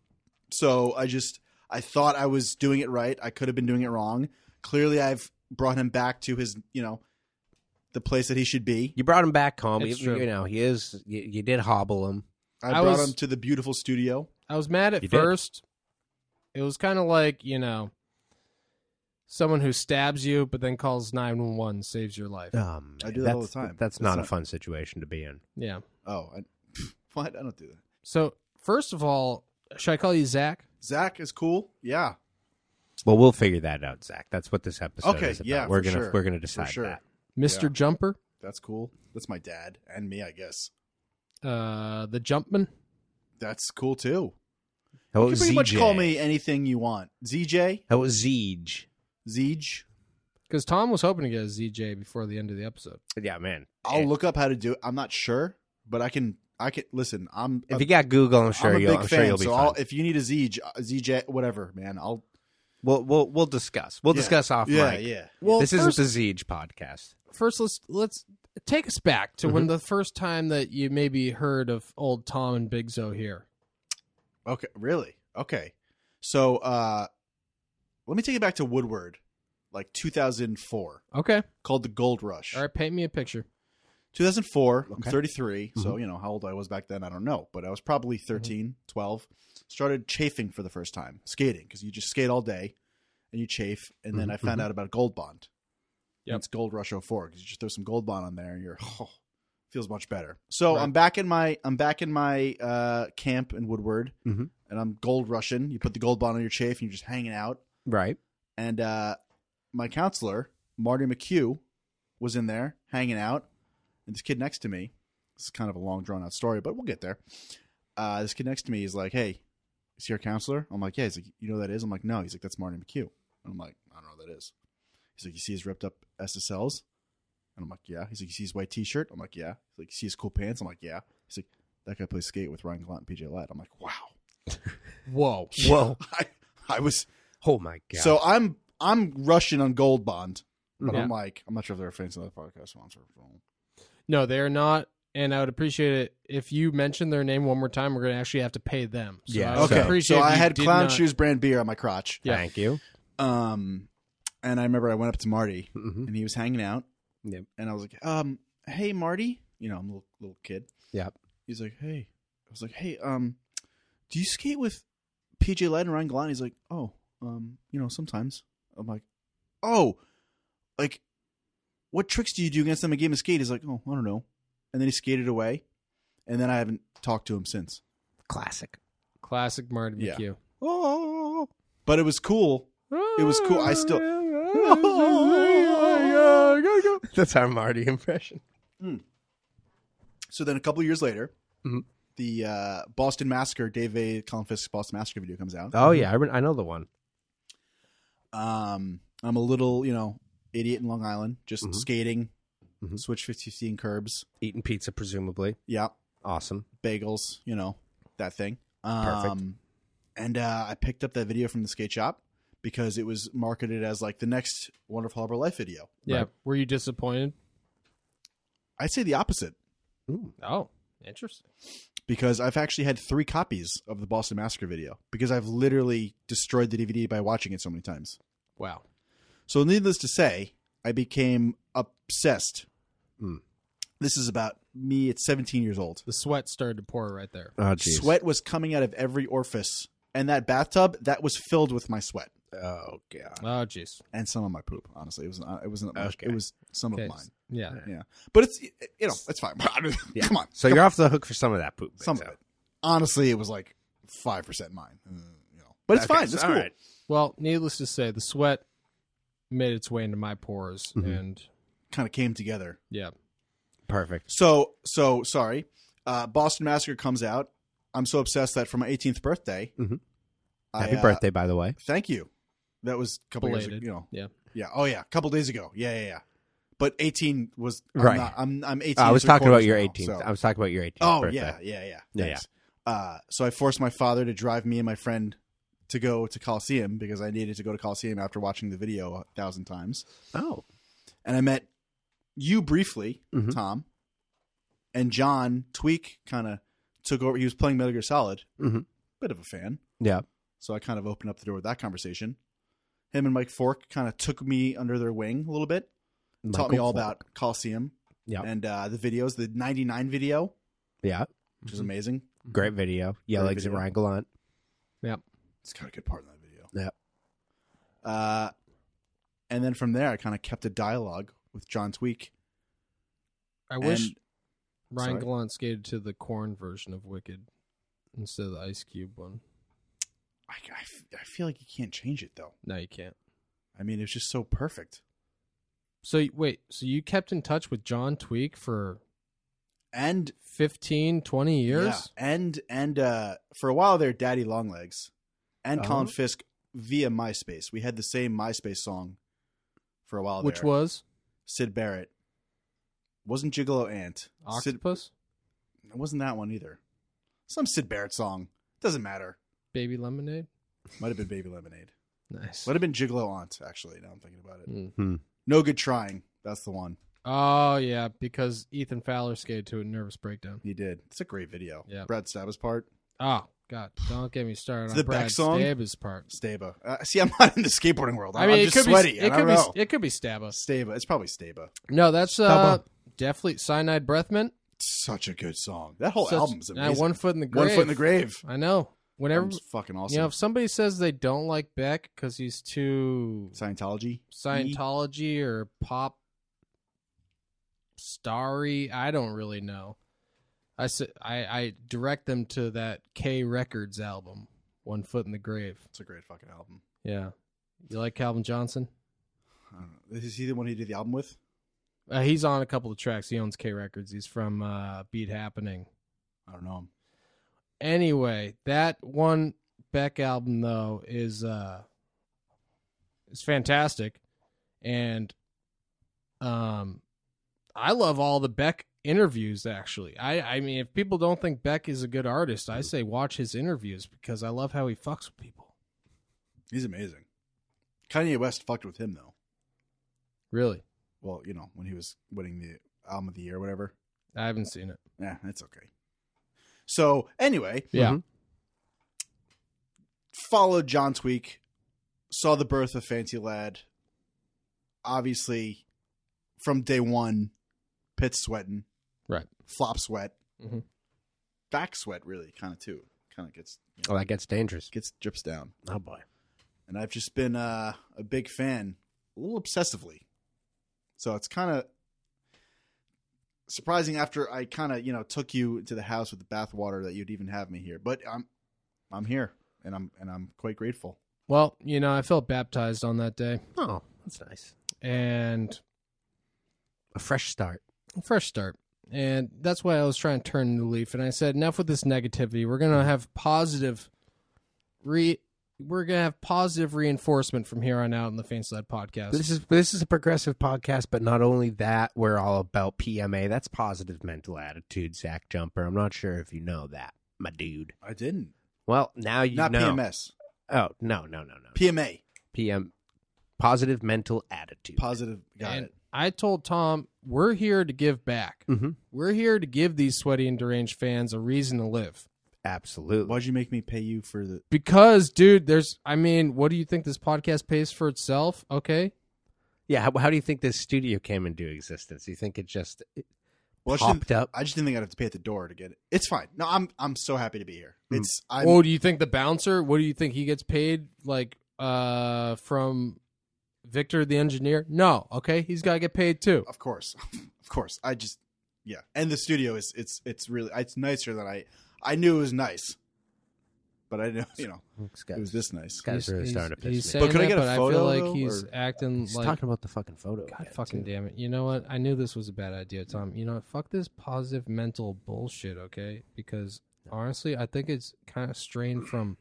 F: So I just I thought I was doing it right. I could have been doing it wrong. Clearly, I've brought him back to his, you know, the place that he should be.
B: You brought him back home.
A: It's
B: You,
A: true.
B: you know, he is. You, you did hobble him.
F: I,
A: I
F: brought
A: was-
F: him to the beautiful studio.
A: I was mad at
B: You did.
A: first. It was kind of like, you know, someone who stabs you but then calls 911 saves your life.
B: Um,
F: I do that all the time.
B: That's
F: That's
B: not a
F: not-
B: fun situation to be in.
A: Yeah.
F: Oh, I, what? I don't do that.
A: So, first of all, should I call you Zach?
F: Zach is cool. Yeah,
B: Well, we'll figure that out, Zach. That's what this episode
F: Okay,
B: is about.
F: yeah,
B: we're
F: for
B: gonna
F: sure.
B: we're gonna decide
F: sure.
B: that.
A: Mr.
F: Yeah.
A: Jumper?
F: that's cool. That's my dad and me, I guess.
A: Uh, the Jumpman?
F: That's cool too.
B: How
F: You
B: about
F: can pretty much
B: ZJ?
F: call me anything you want. ZJ,
B: How about Zeej?
F: Zeej.
A: Because Tom was hoping to get a ZJ before the end of the episode.
B: Yeah, man.
F: I'll
B: Eh.
F: look up how to do it. I'm not sure, but I can. I can listen. I'm.
B: If you got Google, I'm
F: I'm
B: sure
F: a
B: you'll.
F: big
B: I'm
F: fan,
B: sure you'll be
F: so
B: fine.
F: I'll, if you need a Zeej, a ZJ, whatever, man. I'll.
B: We'll we'll we'll discuss. We'll
F: Yeah.
B: discuss off
F: yeah,
B: mic.
F: yeah.
A: Well,
B: this
A: first,
B: isn't the Zeej podcast.
A: first let's, let's take us back to
B: Mm-hmm.
A: when the first time that you maybe heard of old Tom and Big Zo here.
F: Okay, really? Okay. So, uh let me take it back to Woodward, like 2004,
A: Okay.
F: called the Gold Rush.
A: All right. Paint me a picture.
F: 2004,
B: Okay.
F: I'm 33,
A: Mm-hmm.
F: so you know how old I was back then, I don't know, but I was probably 13, 12. Started chafing for the first time, skating because you just skate all day. and you chafe. And then
B: Mhm,
F: I found
B: mhm.
F: out about Gold Bond. And
A: Mm-hmm. Yep.
F: It's Gold Rush 04 because you just throw some Gold Bond on there and you're oh, feels much better. So
A: Right.
F: I'm back in my I'm back in my uh, camp in Woodward,
A: Mm-hmm.
B: Mhm.
F: and I'm Gold Rushing. You put the Gold Bond on your chafe and you're just hanging out.
B: Right.
F: And uh, my counselor, Marty McHugh, was in there hanging out. And this kid next to me, this is kind of a long, drawn out story, but we'll get there. Uh, this kid next to me is like, hey, is he your counselor? I'm like, yeah. He's like, you know who that is? I'm like, no. He's like, that's Marty McHugh. And I'm like, I don't know who that is. He's like, you see his ripped up SSLs? And I'm like, yeah. He's like, you see his white t shirt? I'm like, yeah. He's like, you see his cool pants? I'm like, yeah. He's like, that guy plays skate with Ryan Glant and PJ Ladd. I'm like, wow.
A: Whoa.
B: Whoa.
F: I, I was
B: Oh my god.
F: so I'm I'm rushing on Gold Bond, but
A: Yeah.
F: I'm like I'm not sure if they're a fans of that podcast sponsor.
A: No, they are not. And I would appreciate it if you mention their name one more time. We're going to actually have to pay them. So
B: Yeah.
A: I would
F: Okay,
A: appreciate
F: so
A: if
F: I
A: you
F: had
A: did
F: Clown
A: not-
F: Shoes brand beer on my crotch.
A: Yeah.
B: Thank you.
F: Um, and I remember I went up to Marty
B: Mhm.
F: and he was hanging out.
B: Yep.
F: And I was like, um, hey Marty, you know I'm a little little kid.
B: Yep.
F: He's like, hey. I was like, hey, um, do you skate with PJ Ladd and Ryan Gallant? He's like, oh, um, you know sometimes. I'm like, oh, like, what tricks do you do against them in a game of skate? He's like, oh, I don't know. And then he skated away, and then I haven't talked to him since.
B: Classic.
A: Classic Martin
F: Yeah.
A: McHugh.
B: Oh.
F: But it was cool. It was cool. I still
B: That's our Marty impression.
F: So then a couple years later,
B: Mhm.
F: the uh, Boston Massacre, Dave A. Colin Fisk's Boston Massacre video comes out.
B: Oh yeah, I, re- I know the one.
F: Um, I'm a little, you know, idiot in Long Island, just
B: Mhm.
F: skating,
B: Mhm.
F: switch 15 curbs,
B: Eating pizza, presumably.
F: yeah,
B: Awesome.
F: bagels, you know, that thing. Um, and uh, I picked up that video from the skate shop because it was marketed as like the next Wonderful Harbor Life video.
A: Yeah.
B: Right.
A: Were you disappointed?
F: I'd say the opposite
B: Ooh.
A: Oh, interesting.
F: because I've actually had three copies of the Boston Massacre video because I've literally destroyed the DVD by watching it so many times.
A: Wow.
F: So, needless to say, I became obsessed.
B: Hmm.
F: This is about me at 17 years old.
A: The sweat started to pour right there.
B: Oh jeez.
F: Sweat was coming out of every orifice, and that bathtub that was filled with my sweat
B: Oh god.
A: Oh, jeez.
F: and some of my poop. Honestly, it was uh, it wasn't much.
B: Okay.
F: It was some
A: Okay.
F: of mine,
A: Yeah.
F: but it's you know it's fine. Come on,
B: So you're off the hook for some of that poop.
F: some of it. Honestly, it was like five percent mine. Mm, you know, but it's
B: Okay,
F: fine.
B: so-
F: It's
B: all
F: cool.
B: right.
A: Well, needless to say, the sweat made its way into my pores,
F: Mm-hmm.
B: Mhm.
A: and
F: Kind of came together.
A: yeah,
B: Perfect.
F: So so sorry. Uh, Boston Massacre comes out. I'm so obsessed that for my 18th birthday,
B: Mhm.
F: I,
B: Happy
F: uh,
B: birthday, by the way.
F: Thank you. That was a couple years
A: Belated.
F: ago. You know,
A: Yeah.
F: yeah. Oh yeah, a couple days ago. Yeah, yeah, yeah. But 18 was I'm
B: Right.
F: Not, I'm I'm 18.
B: I was
F: and three
B: talking about
F: quarters
B: your
F: now,
B: 18th.
F: so-
B: I was talking about your 18th
F: Oh
B: birthday.
F: yeah, yeah, yeah.
B: Yeah,
F: Thanks. Uh, so I forced my father to drive me and my friend to go to Coliseum because I needed to go to Coliseum after watching the video a thousand times.
B: Oh,
F: And I met you briefly,
B: Mhm.
F: Tom, and John Tweak kind of took over. He was playing Metal Gear Solid.
B: Mhm.
F: Bit of a fan.
B: yeah.
F: So I kind of opened up the door with that conversation. Him and Mike Fork kind of took me under their wing a little bit, taught me
B: Michael
F: all
B: Ford.
F: about Coliseum
B: Yeah.
F: and uh, the videos, the 99 video,
B: Yeah,
F: which
B: Mm-hmm.
F: is amazing.
B: great video. Yell
F: Mm-hmm. Great
B: exit
F: video.
B: Ryan Gallant.
F: It's got a good part in that video.
B: Yep.
F: Uh, and then from there, I kind of kept a dialogue with John Tweak.
A: I wish
F: And-
A: Ryan
F: sorry?
A: Gallant skated to the corn version of Wicked instead of the Ice Cube one.
F: I, I f- I feel like you can't change it, though.
A: No, you can't.
F: I mean, it's just so perfect.
A: So you- wait, so you kept in touch with John Tweak for
F: And
A: 15, 20 years?
F: Yeah, and and uh, for a while there, Daddy Longlegs and Colin
B: Oh.
F: Fisk via MySpace. We had the same MySpace song for a while.
A: Which
F: Oh, there.
A: was
F: Sid Barrett. Wasn't Gigolo Ant. Sid,
A: Octopus?
F: it wasn't that one either. Some Sid Barrett song. Doesn't matter.
A: Baby Lemonade?
F: Might have been Baby Lemonade.
A: Nice.
F: Might have been Gigolo Aunt, actually, now I'm thinking about it.
A: Mm.
F: No Good Trying. That's the one.
A: Oh, yeah, because Ethan Fowler skated to a nervous breakdown.
F: He did. It's a great video.
A: Yeah.
F: Brad Staba's part.
A: Oh, God, don't get me started
F: It's
A: on
F: the
A: Brad
F: Beck song?
A: Staba's part.
F: Staba. Uh, see, I'm not in the skateboarding world. I'm,
A: I mean,
F: I'm
A: it
F: just
A: could
F: sweaty.
A: be
F: I
A: it
F: don't
A: could
F: know.
A: be it could be Stabba.
F: Staba. It's probably Staba.
A: No, that's uh,
B: Stabba.
A: definitely cyanide breath mint.
F: Such a good song. That whole
A: Such-
F: album's
A: uh,
F: amazing.
A: one foot in the grave.
F: One foot in the grave.
A: I know. Whenever
F: It's fucking awesome.
A: you know, if somebody says they don't like Beck because he's too
F: Scientology.
A: Scientology or pop starry, I don't really know. I, s- I I direct them to that K Records album, One Foot in the Grave.
F: It's a great fucking album.
A: Yeah, you like Calvin Johnson?
F: I don't know. Is he the one he did the album with?
A: Uh, he's on a couple of tracks. He owns K Records. He's from uh, Beat Happening.
F: I don't know him.
A: Anyway, that one Beck album though is uh is fantastic, and um, I love all the Beck interviews. Actually, I I mean, if people don't think Beck is a good artist, I say watch his interviews because I love how he fucks with people.
F: He's amazing. Kanye West fucked with him though.
A: Really,
F: Well, you know when he was winning the album of the year, or whatever.
A: I haven't seen it.
F: Yeah, that's okay. So anyway,
A: Yeah,
F: followed John Tweak, saw the birth of Fancy Lad. Obviously, from day one, pit sweating,
A: Right.
F: Flop sweat,
A: Mhm.
F: back sweat, really, kind of too, kind of gets
B: Oh, that gets dangerous.
F: gets drips down.
B: Oh boy.
F: and I've just been uh, a big fan, a little obsessively. So it's kind of surprising after I kind of you know took you to the house with the bathwater that you'd even have me here. But I'm I'm here, and I'm and I'm quite grateful.
A: well, you know, I felt baptized on that day,
B: Oh, that's nice.
A: and
B: A fresh start.
A: fresh start. And that's why I was trying to turn the leaf. And I said, enough with this negativity. We're
F: Mm-hmm.
A: gonna have positive re. We're gonna have positive reinforcement from here on out in the Faint Side podcast.
B: This is this is a progressive podcast, but not only that, we're all about PMA. That's positive mental attitude, Zach Jumper. I'm not sure if you know that, my dude.
F: I didn't
B: Well, now you
F: not
B: know.
F: PMS
B: Oh no, no, no, no.
F: PMA
B: PM, positive mental attitude.
F: positive. Got
A: and
F: it. Mm.
A: I told Tom, we're here to give back.
B: Mhm.
A: We're here to give these sweaty and deranged fans a reason to live.
B: Absolutely.
F: Why'd you make me pay you for the?
A: Because, dude, there's. I mean, what do you think this podcast pays for itself? Okay,
B: Yeah. How, how do you think this studio came into existence? You think it just it
F: Well, I just, didn't,
B: popped up?
F: I just didn't think I'd have to pay at the door to get it. It's fine. No, I'm I'm so happy to be here.
B: Mm.
F: It's I'm,
A: oh, do you think the bouncer? What do you think he gets paid? Like uh, from Victor the engineer? No, okay, he's got to get paid too.
F: of course of course i just yeah and the studio is it's it's really it's nicer than i i knew it was nice but i didn't you know
B: This guy-
F: it was this nice
B: Guys
A: He's-
B: really
A: he's-
B: starting to piss
A: he's
B: me.
A: saying
F: But could I
A: that,
F: get a
A: I
F: photo,
A: feel like
F: though,
A: he's
F: or-
A: acting
B: He's
A: like
B: talking about the fucking photo.
A: God
B: again,
A: fucking
B: too.
A: damn it. You know what? I knew this was a bad idea, Tom. You know what? Fuck this positive mental bullshit, okay? Because honestly, I think it's kind of strained from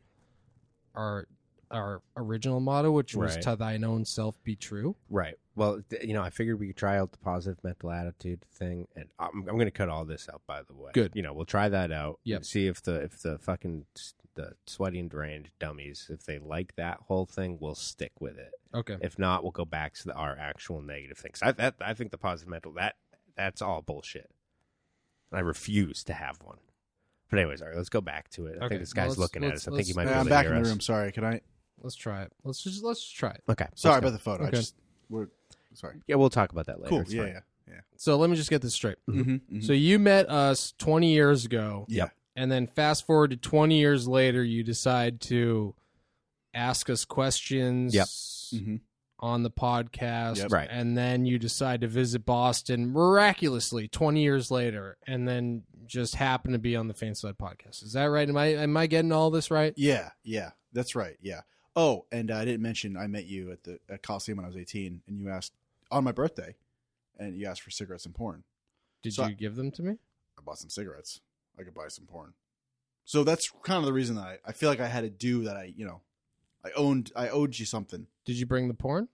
A: our our original motto, which was
B: Right.
A: to thine own self be true.
B: Right. Well, th- you know, I figured we could try out the positive mental attitude thing, and I'm, I'm going to cut all this out. By the way,
A: Good.
B: You know, we'll try that out.
A: Yep.
B: and See if the if the fucking s- the sweaty and drained dummies, if they like that whole thing, we'll stick with it.
A: Okay.
B: If not, we'll go back to the, our actual negative things. I that, I think the positive mental that that's all bullshit. And I refuse to have one. But anyways, all right, let's go back to it. I
A: Okay,
B: think this guy's
A: let's-
B: looking at
A: let's-
B: us. I think he
A: let's-
B: might.
F: Hey,
B: Be
A: Yeah,
B: able
F: i'm
B: to
F: back
B: hear
F: in the
B: us.
F: room sorry can i
A: Let's try it. Let's just let's just try it.
B: Okay. let's
F: sorry
B: go.
F: about the photo
A: Okay.
F: i just we're sorry
B: Yeah, we'll talk about that later.
F: cool
B: It's
F: yeah,
B: fine.
F: yeah yeah
A: So let me just get this straight.
F: mm-hmm,
A: So you met us 20 years ago.
F: yeah
A: And then fast forward to 20 years later, you decide to ask us questions. Mm-hmm.
B: Yep. Mm-hmm.
F: Mhm.
A: on the podcast.
F: Yep.
B: Right.
A: And then you decide to visit Boston miraculously 20 years later and then just happen to be on the Fanside podcast. Is that right? Am I am I getting all this right?
F: yeah yeah that's right yeah oh and i didn't mention i met you at the at coliseum when i was 18 and you asked on my birthday and you asked for cigarettes and porn
A: Did
F: So-
A: you give them to me?
F: I bought some cigarettes. I could buy some porn. So that's kind of the reason that I, I feel like I had to do that. I, you know, I owned, I owed you something.
A: Did you bring the porn?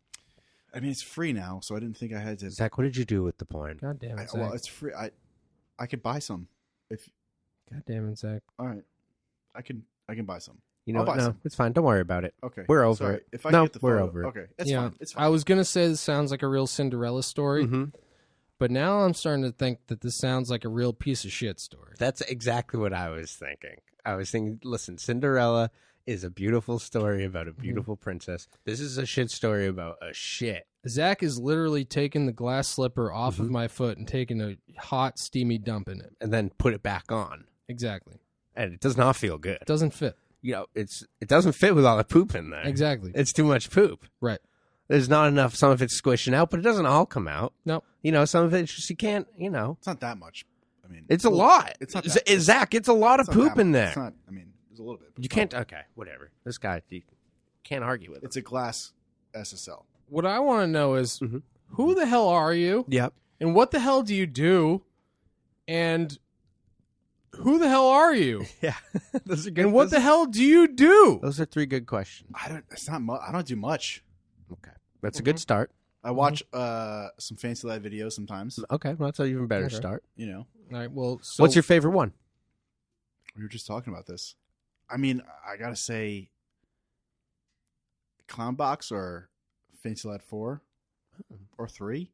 F: I mean, it's free now, so I didn't think I had to.
B: Zach, what did you do with the porn?
A: God damn
F: I,
A: it, Zach.
F: well, it's free. I, I could buy some. If
A: God damn it, Zach.
F: all right, I can, I can buy some.
B: You
F: I'll
B: know, what?
F: buy
B: no,
F: some.
B: it's fine. Don't worry about it.
F: Okay,
B: We're over
F: Sorry.
B: it.
F: If I
B: No,
F: can get the
B: we're
F: photo-
B: over it.
F: Okay, it's
A: Yeah.
F: fine. It's fine.
A: I was gonna say this sounds like a real Cinderella story,
B: Mhm.
A: but now I'm starting to think that this sounds like a real piece of shit story.
B: That's exactly what I was thinking. I was thinking, listen, Cinderella is a beautiful story about a beautiful princess. This is a shit story about a shit.
A: Zach is literally taking the glass slipper off
F: Mm-hmm.
A: of my foot and taking a hot, steamy dump in it.
B: And then put it back on.
A: Exactly.
B: And it does not feel good.
A: Doesn't fit.
B: you know, it's it doesn't fit with all the poop in there.
A: Exactly.
B: It's too much poop.
A: Right.
B: There's not enough. Some of it's squishing out, but it doesn't all come out.
A: Nope.
B: You know, some of it just you can't. You know,
F: It's not that much. I mean,
B: it's a lot.
F: It's not.
B: Z-
F: that-
B: Zach. It's a lot of
F: it's not that
B: poop in
F: much.
B: there.
F: It's not. I mean, there's a little bit. but
B: you can't. Okay, whatever. This guy, you can't argue with it.
F: It's a glass SSL.
A: What I want to know is
F: Mm-hmm.
B: Mhm.
A: who the hell are you?
B: Yep.
A: And what the hell do you do? And who the hell are you?
B: Yeah. those are good.
A: And what
B: those,
A: the hell do you do?
B: Those are three good questions.
F: I don't. It's not. Mu- I don't do much.
B: Okay, that's a
A: Mm-hmm.
B: good start.
F: I watch
B: Mm-hmm.
F: uh some fancy live videos sometimes.
B: Okay, well, that's an even better
A: Okay.
B: start.
F: You know,
A: All right. Well, so
B: What's your favorite one?
F: we were just talking about this. I mean, I gotta say, Clown Box or Fancy Live Four
B: Hmm.
F: or three.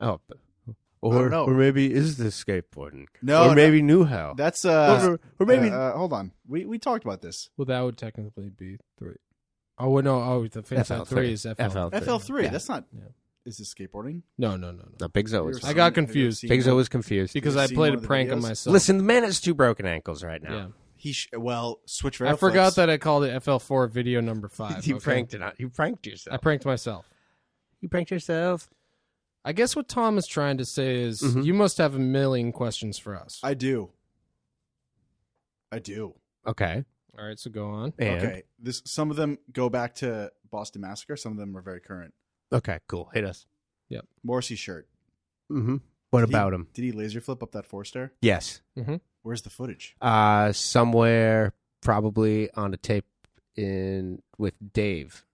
B: Oh, b-
F: I
B: or
F: don't know.
B: or maybe is this skateboarding?
F: No,
B: or
F: no.
B: maybe new hell.
F: That's uh.
B: Oh. or, or maybe
F: uh, uh, hold on. We we talked about this.
A: Well, that would technically be three. Oh well, no. Oh, the Fantasy
B: FL3.
A: Three is FL.
B: FL3.
F: FL three.
B: Yeah.
F: That's not.
A: Yeah.
F: Is this skateboarding?
A: No, no, no, no.
B: no, Big Zo was
A: I got confused.
B: Big
F: uh,
B: Zo was confused
A: Because
F: You've
A: I
F: seen
A: played a
F: one of the
A: prank on
F: videos?
A: myself.
B: Listen, the man has two broken ankles right now.
A: yeah.
F: He sh- well switch.
A: I forgot that I called it FL4 video number five.
B: you
A: okay?
B: pranked it. You pranked yourself.
A: I pranked myself.
B: you pranked yourself.
A: I guess what Tom is trying to say is
B: Mhm.
A: you must have a million questions for us.
F: I do. I do.
B: Okay.
A: All right, so go on.
B: And okay.
F: Okay. This some of them go back to Boston Massacre. Some of them are very current.
B: Cool. Hit us.
F: Morrissey shirt.
B: Mm-hmm. What
F: Did he-
B: about him?
F: Did he laser flip up that four stair?
B: Yes.
F: Where's the footage?
B: Uh, somewhere probably on a tape in with Dave.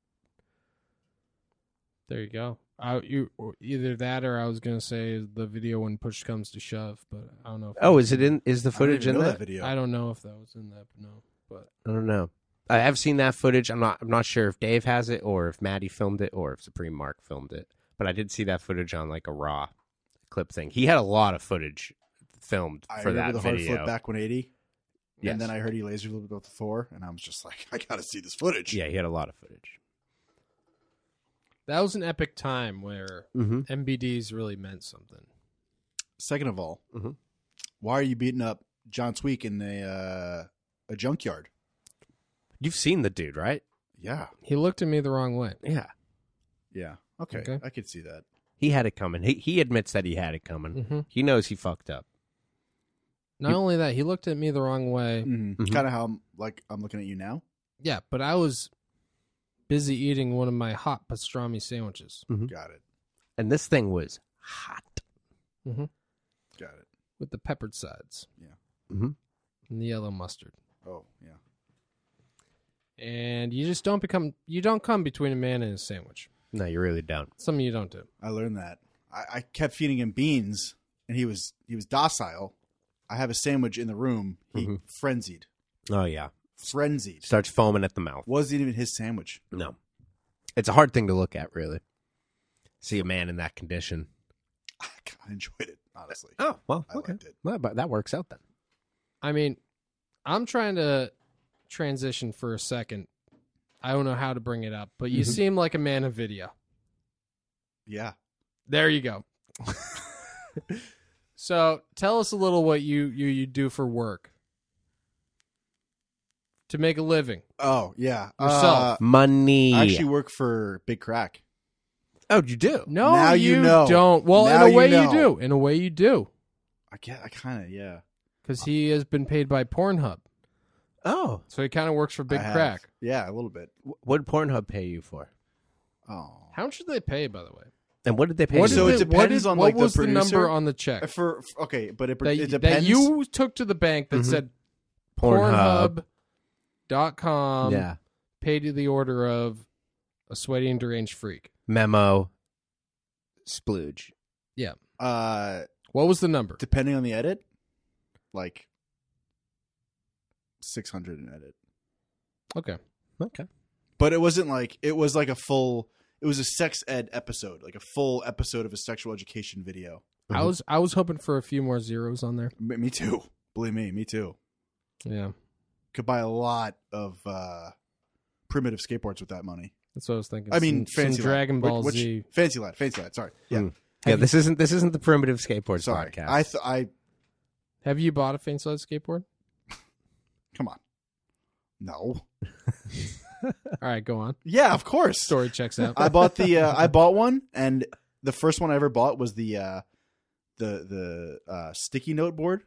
A: There you go. I, you or either that or I was gonna say the video when push comes to shove, but I don't know. If
B: Oh, is it in? Is the
F: I don't
B: footage
F: even
B: in
F: know
B: that?
F: that video?
A: I don't know if that was in that. But no, but
B: I don't know. I have seen that footage. I'm not. I'm not sure if Dave has it or if Maddie filmed it or if Supreme Mark filmed it. But I did see that footage on like a raw clip thing. He had a lot of footage filmed
F: I
B: for that
F: remember the hard
B: video.
F: flip back 180.
B: Yes.
F: And then I heard he laser flipped up the four, and I was just like, I gotta see this footage.
B: Yeah, he had a lot of footage.
A: that was an epic time where
B: Mm-hmm.
A: MBDs really meant something.
F: Second of all,
B: Mhm.
F: why are you beating up John Tweak in a uh, a junkyard?
B: You've seen the dude, right?
F: Yeah.
A: He looked at me the wrong way.
B: Yeah.
F: Yeah. Okay.
A: Okay.
F: I could see that.
B: He had it coming. He he admits that he had it coming.
F: Mm.
A: hmm
B: He knows he fucked up.
A: Not
B: You-
A: only that, he looked at me the wrong way.
B: Mhm.
F: Kind of Mm-hmm. how I'm like I'm looking at you now.
A: Yeah, but I was busy eating one of my hot pastrami sandwiches
B: Mm-hmm.
F: Got it.
B: And this thing was hot.
F: Got it.
A: with the peppered sides.
F: Yeah.
B: Mhm.
A: And the yellow mustard.
F: Oh yeah.
A: And you just don't become you don't come between a man and his sandwich.
B: No, you really don't.
A: Something you don't do.
F: I learned that. I, I kept feeding him beans, and he was he was docile. I have a sandwich in the room. He
B: Mhm.
F: frenzied,
B: Oh yeah.
F: frenzied.
B: Starts foaming at the mouth.
F: Wasn't even his sandwich.
B: No. It's a hard thing to look at, really. See a man in that condition.
F: I kind of enjoyed it, honestly.
B: Oh, well,
F: I
B: okay.
F: liked it.
B: Well, but that works out then.
A: I mean, I'm trying to transition for a second. I don't know how to bring it up, but you
B: Mhm.
A: seem like a man of video.
F: Yeah.
A: There you go. so tell us a little what you, you, you do for work to make a living.
F: Oh yeah.
A: Yourself.
B: Money.
F: Uh, I actually work for Big Crack.
B: oh, you do?
A: No,
F: Now
A: you,
F: you know.
A: don't. Well,
F: Now
A: in a
F: you
A: way you,
F: know.
A: do. In a way you do.
F: I get. I kind of yeah.
A: Because he has been paid by Pornhub.
B: Oh.
A: So he kind of works for Big
F: I have.
A: Crack.
F: Yeah, a little bit.
B: Wh- What did Pornhub pay you for?
F: Oh.
A: How much did they pay, by the way?
B: And what did they pay
A: What
F: What
B: you?
A: did
F: So
A: they-
F: it
A: what
F: depends
A: did-
F: on,
A: what
F: like, the
A: was the number
F: producer?
A: on the check
F: For f- okay, but it,
A: that,
F: it
A: that
F: depends. Mm-hmm.
A: you took to the bank that
B: Mhm.
A: said
B: Pornhub. um,
A: Pornhub.com
B: yeah.
A: paid you the order of a sweaty and deranged freak.
B: Memo. Splooge.
F: uh,
A: What was the number?
F: depending on the edit, like six hundred in edit.
A: Okay.
B: Okay.
F: but it wasn't like it was like a full it was a sex ed episode like a full episode of a sexual education video
A: I was I was hoping for a few more zeros on there.
F: M- me too believe me me too
A: Yeah.
F: could buy a lot of uh primitive skateboards with that money
A: That's what I was thinking.
F: i mean
A: some,
F: fancy
A: some
F: Lad.
A: Dragon
F: Which-
A: Ball
F: which-
A: Z. Hmm.
F: fancy lad fancy lad sorry yeah
B: Mm. Yeah, this isn't this isn't the primitive skateboard
F: sorry
B: podcast.
F: i th- i
A: Have you bought a fancy Lad skateboard?
F: come on No.
A: All right, go on.
F: Yeah, of course.
A: Story checks out.
F: I bought the uh, I bought one, and the first one I ever bought was the uh, the the uh, sticky note board,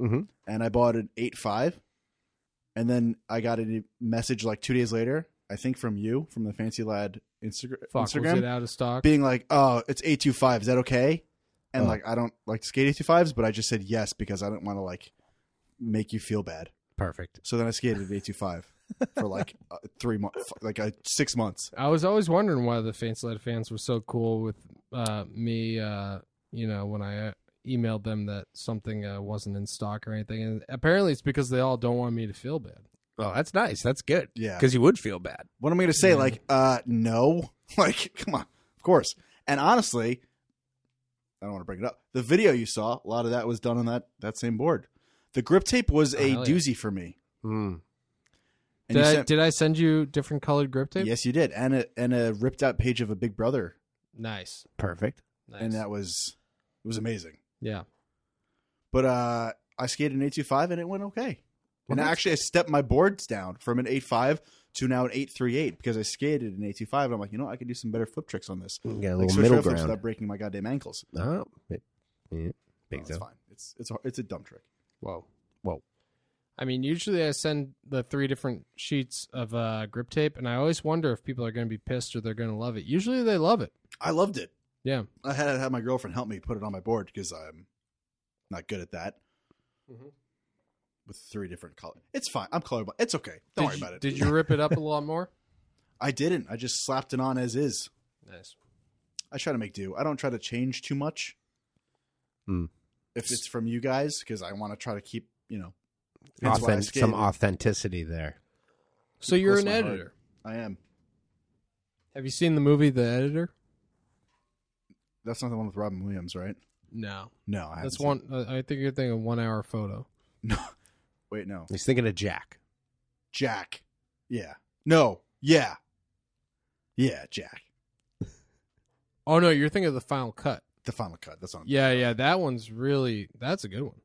A: Mm-hmm.
B: Mhm.
F: and I bought an eight five, and then I got a message like two days later, I think from you from the Fancy Lad Instagram
A: Fuck, was it
F: Instagram,
A: out of stock?
F: being like, "Oh, it's eight two five. Is that okay?" And
B: Oh.
F: like, I don't like to skate eight two fives, but I just said yes because I didn't want to like make you feel bad.
B: Perfect.
F: So then I skated at eight two five for like uh, three months, like uh, six months.
A: I was always wondering why the Fancy Lad fans were so cool with uh, me, uh, you know, when I uh, emailed them that something uh, wasn't in stock or anything. And apparently it's because they all don't want me to feel bad.
B: Well, Oh, that's nice. That's good.
F: Yeah.
B: Because you would feel bad.
F: What am I going to say?
A: Yeah.
F: Like, uh, no. Like, come on. Of course. And honestly, I don't want to bring it up. The video you saw, a lot of that was done on that that same board. The grip tape was
A: Oh,
F: a
A: hell yeah.
F: doozy for me.
B: Mm.
F: And
A: Did,
F: you
A: I,
F: sent-
A: did I send you different colored grip tape?
F: yes, you did, and a and a ripped out page of a Big Brother,
A: Nice.
B: Perfect.
A: nice.
F: and that was it was amazing.
A: yeah.
F: But uh, I skated an eight two five, and it went okay.
B: Well,
F: and
B: that's-
F: actually, I stepped my boards down from an eight five to now an eight three eight because I skated an eight two five, and I'm like, you know, I could do some better flip tricks on this,
B: You got a
F: like
B: little
F: switch
B: middle
F: rail flips
B: ground.
F: without breaking my goddamn ankles.
B: Oh, it- yeah,
F: No,
B: big
F: It's
B: deal.
F: Oh, fine. It's it's a, it's a dumb trick.
A: Whoa.
B: Whoa.
A: I mean, usually I send the three different sheets of uh, grip tape, and I always wonder if people are going to be pissed or they're going to love it. Usually they love it.
F: I loved it.
A: Yeah.
F: I had to have my girlfriend help me put it on my board because I'm not good at that.
A: Mhm.
F: With three different colors, it's fine. I'm colorblind. It's okay.
A: did
F: Don't worry
A: you,
F: about it.
A: Did you rip it up a lot more?
F: I didn't. I just slapped it on as is.
A: Nice.
F: I try to make do. I don't try to change too much.
B: Hmm.
F: If it's from you guys, because I want to try to keep you know. That's why
B: Authen-
F: I
B: some
F: skated.
B: authenticity there.
A: So you're
F: close
A: an
F: to my heart.
A: editor.
F: I am.
A: Have you seen the movie The Editor?
F: That's not the one with Robin Williams, right?
A: No.
F: No, I haven't
A: That's
F: seen-
A: one. Uh, I think you're thinking one hour photo.
F: No, wait, no.
B: He's thinking of Jack.
F: Jack. Yeah. No. Yeah. Yeah, Jack.
A: Oh no, you're thinking of the final cut.
F: The final cut. That's on.
A: Yeah, yeah, that one's really that's a good one.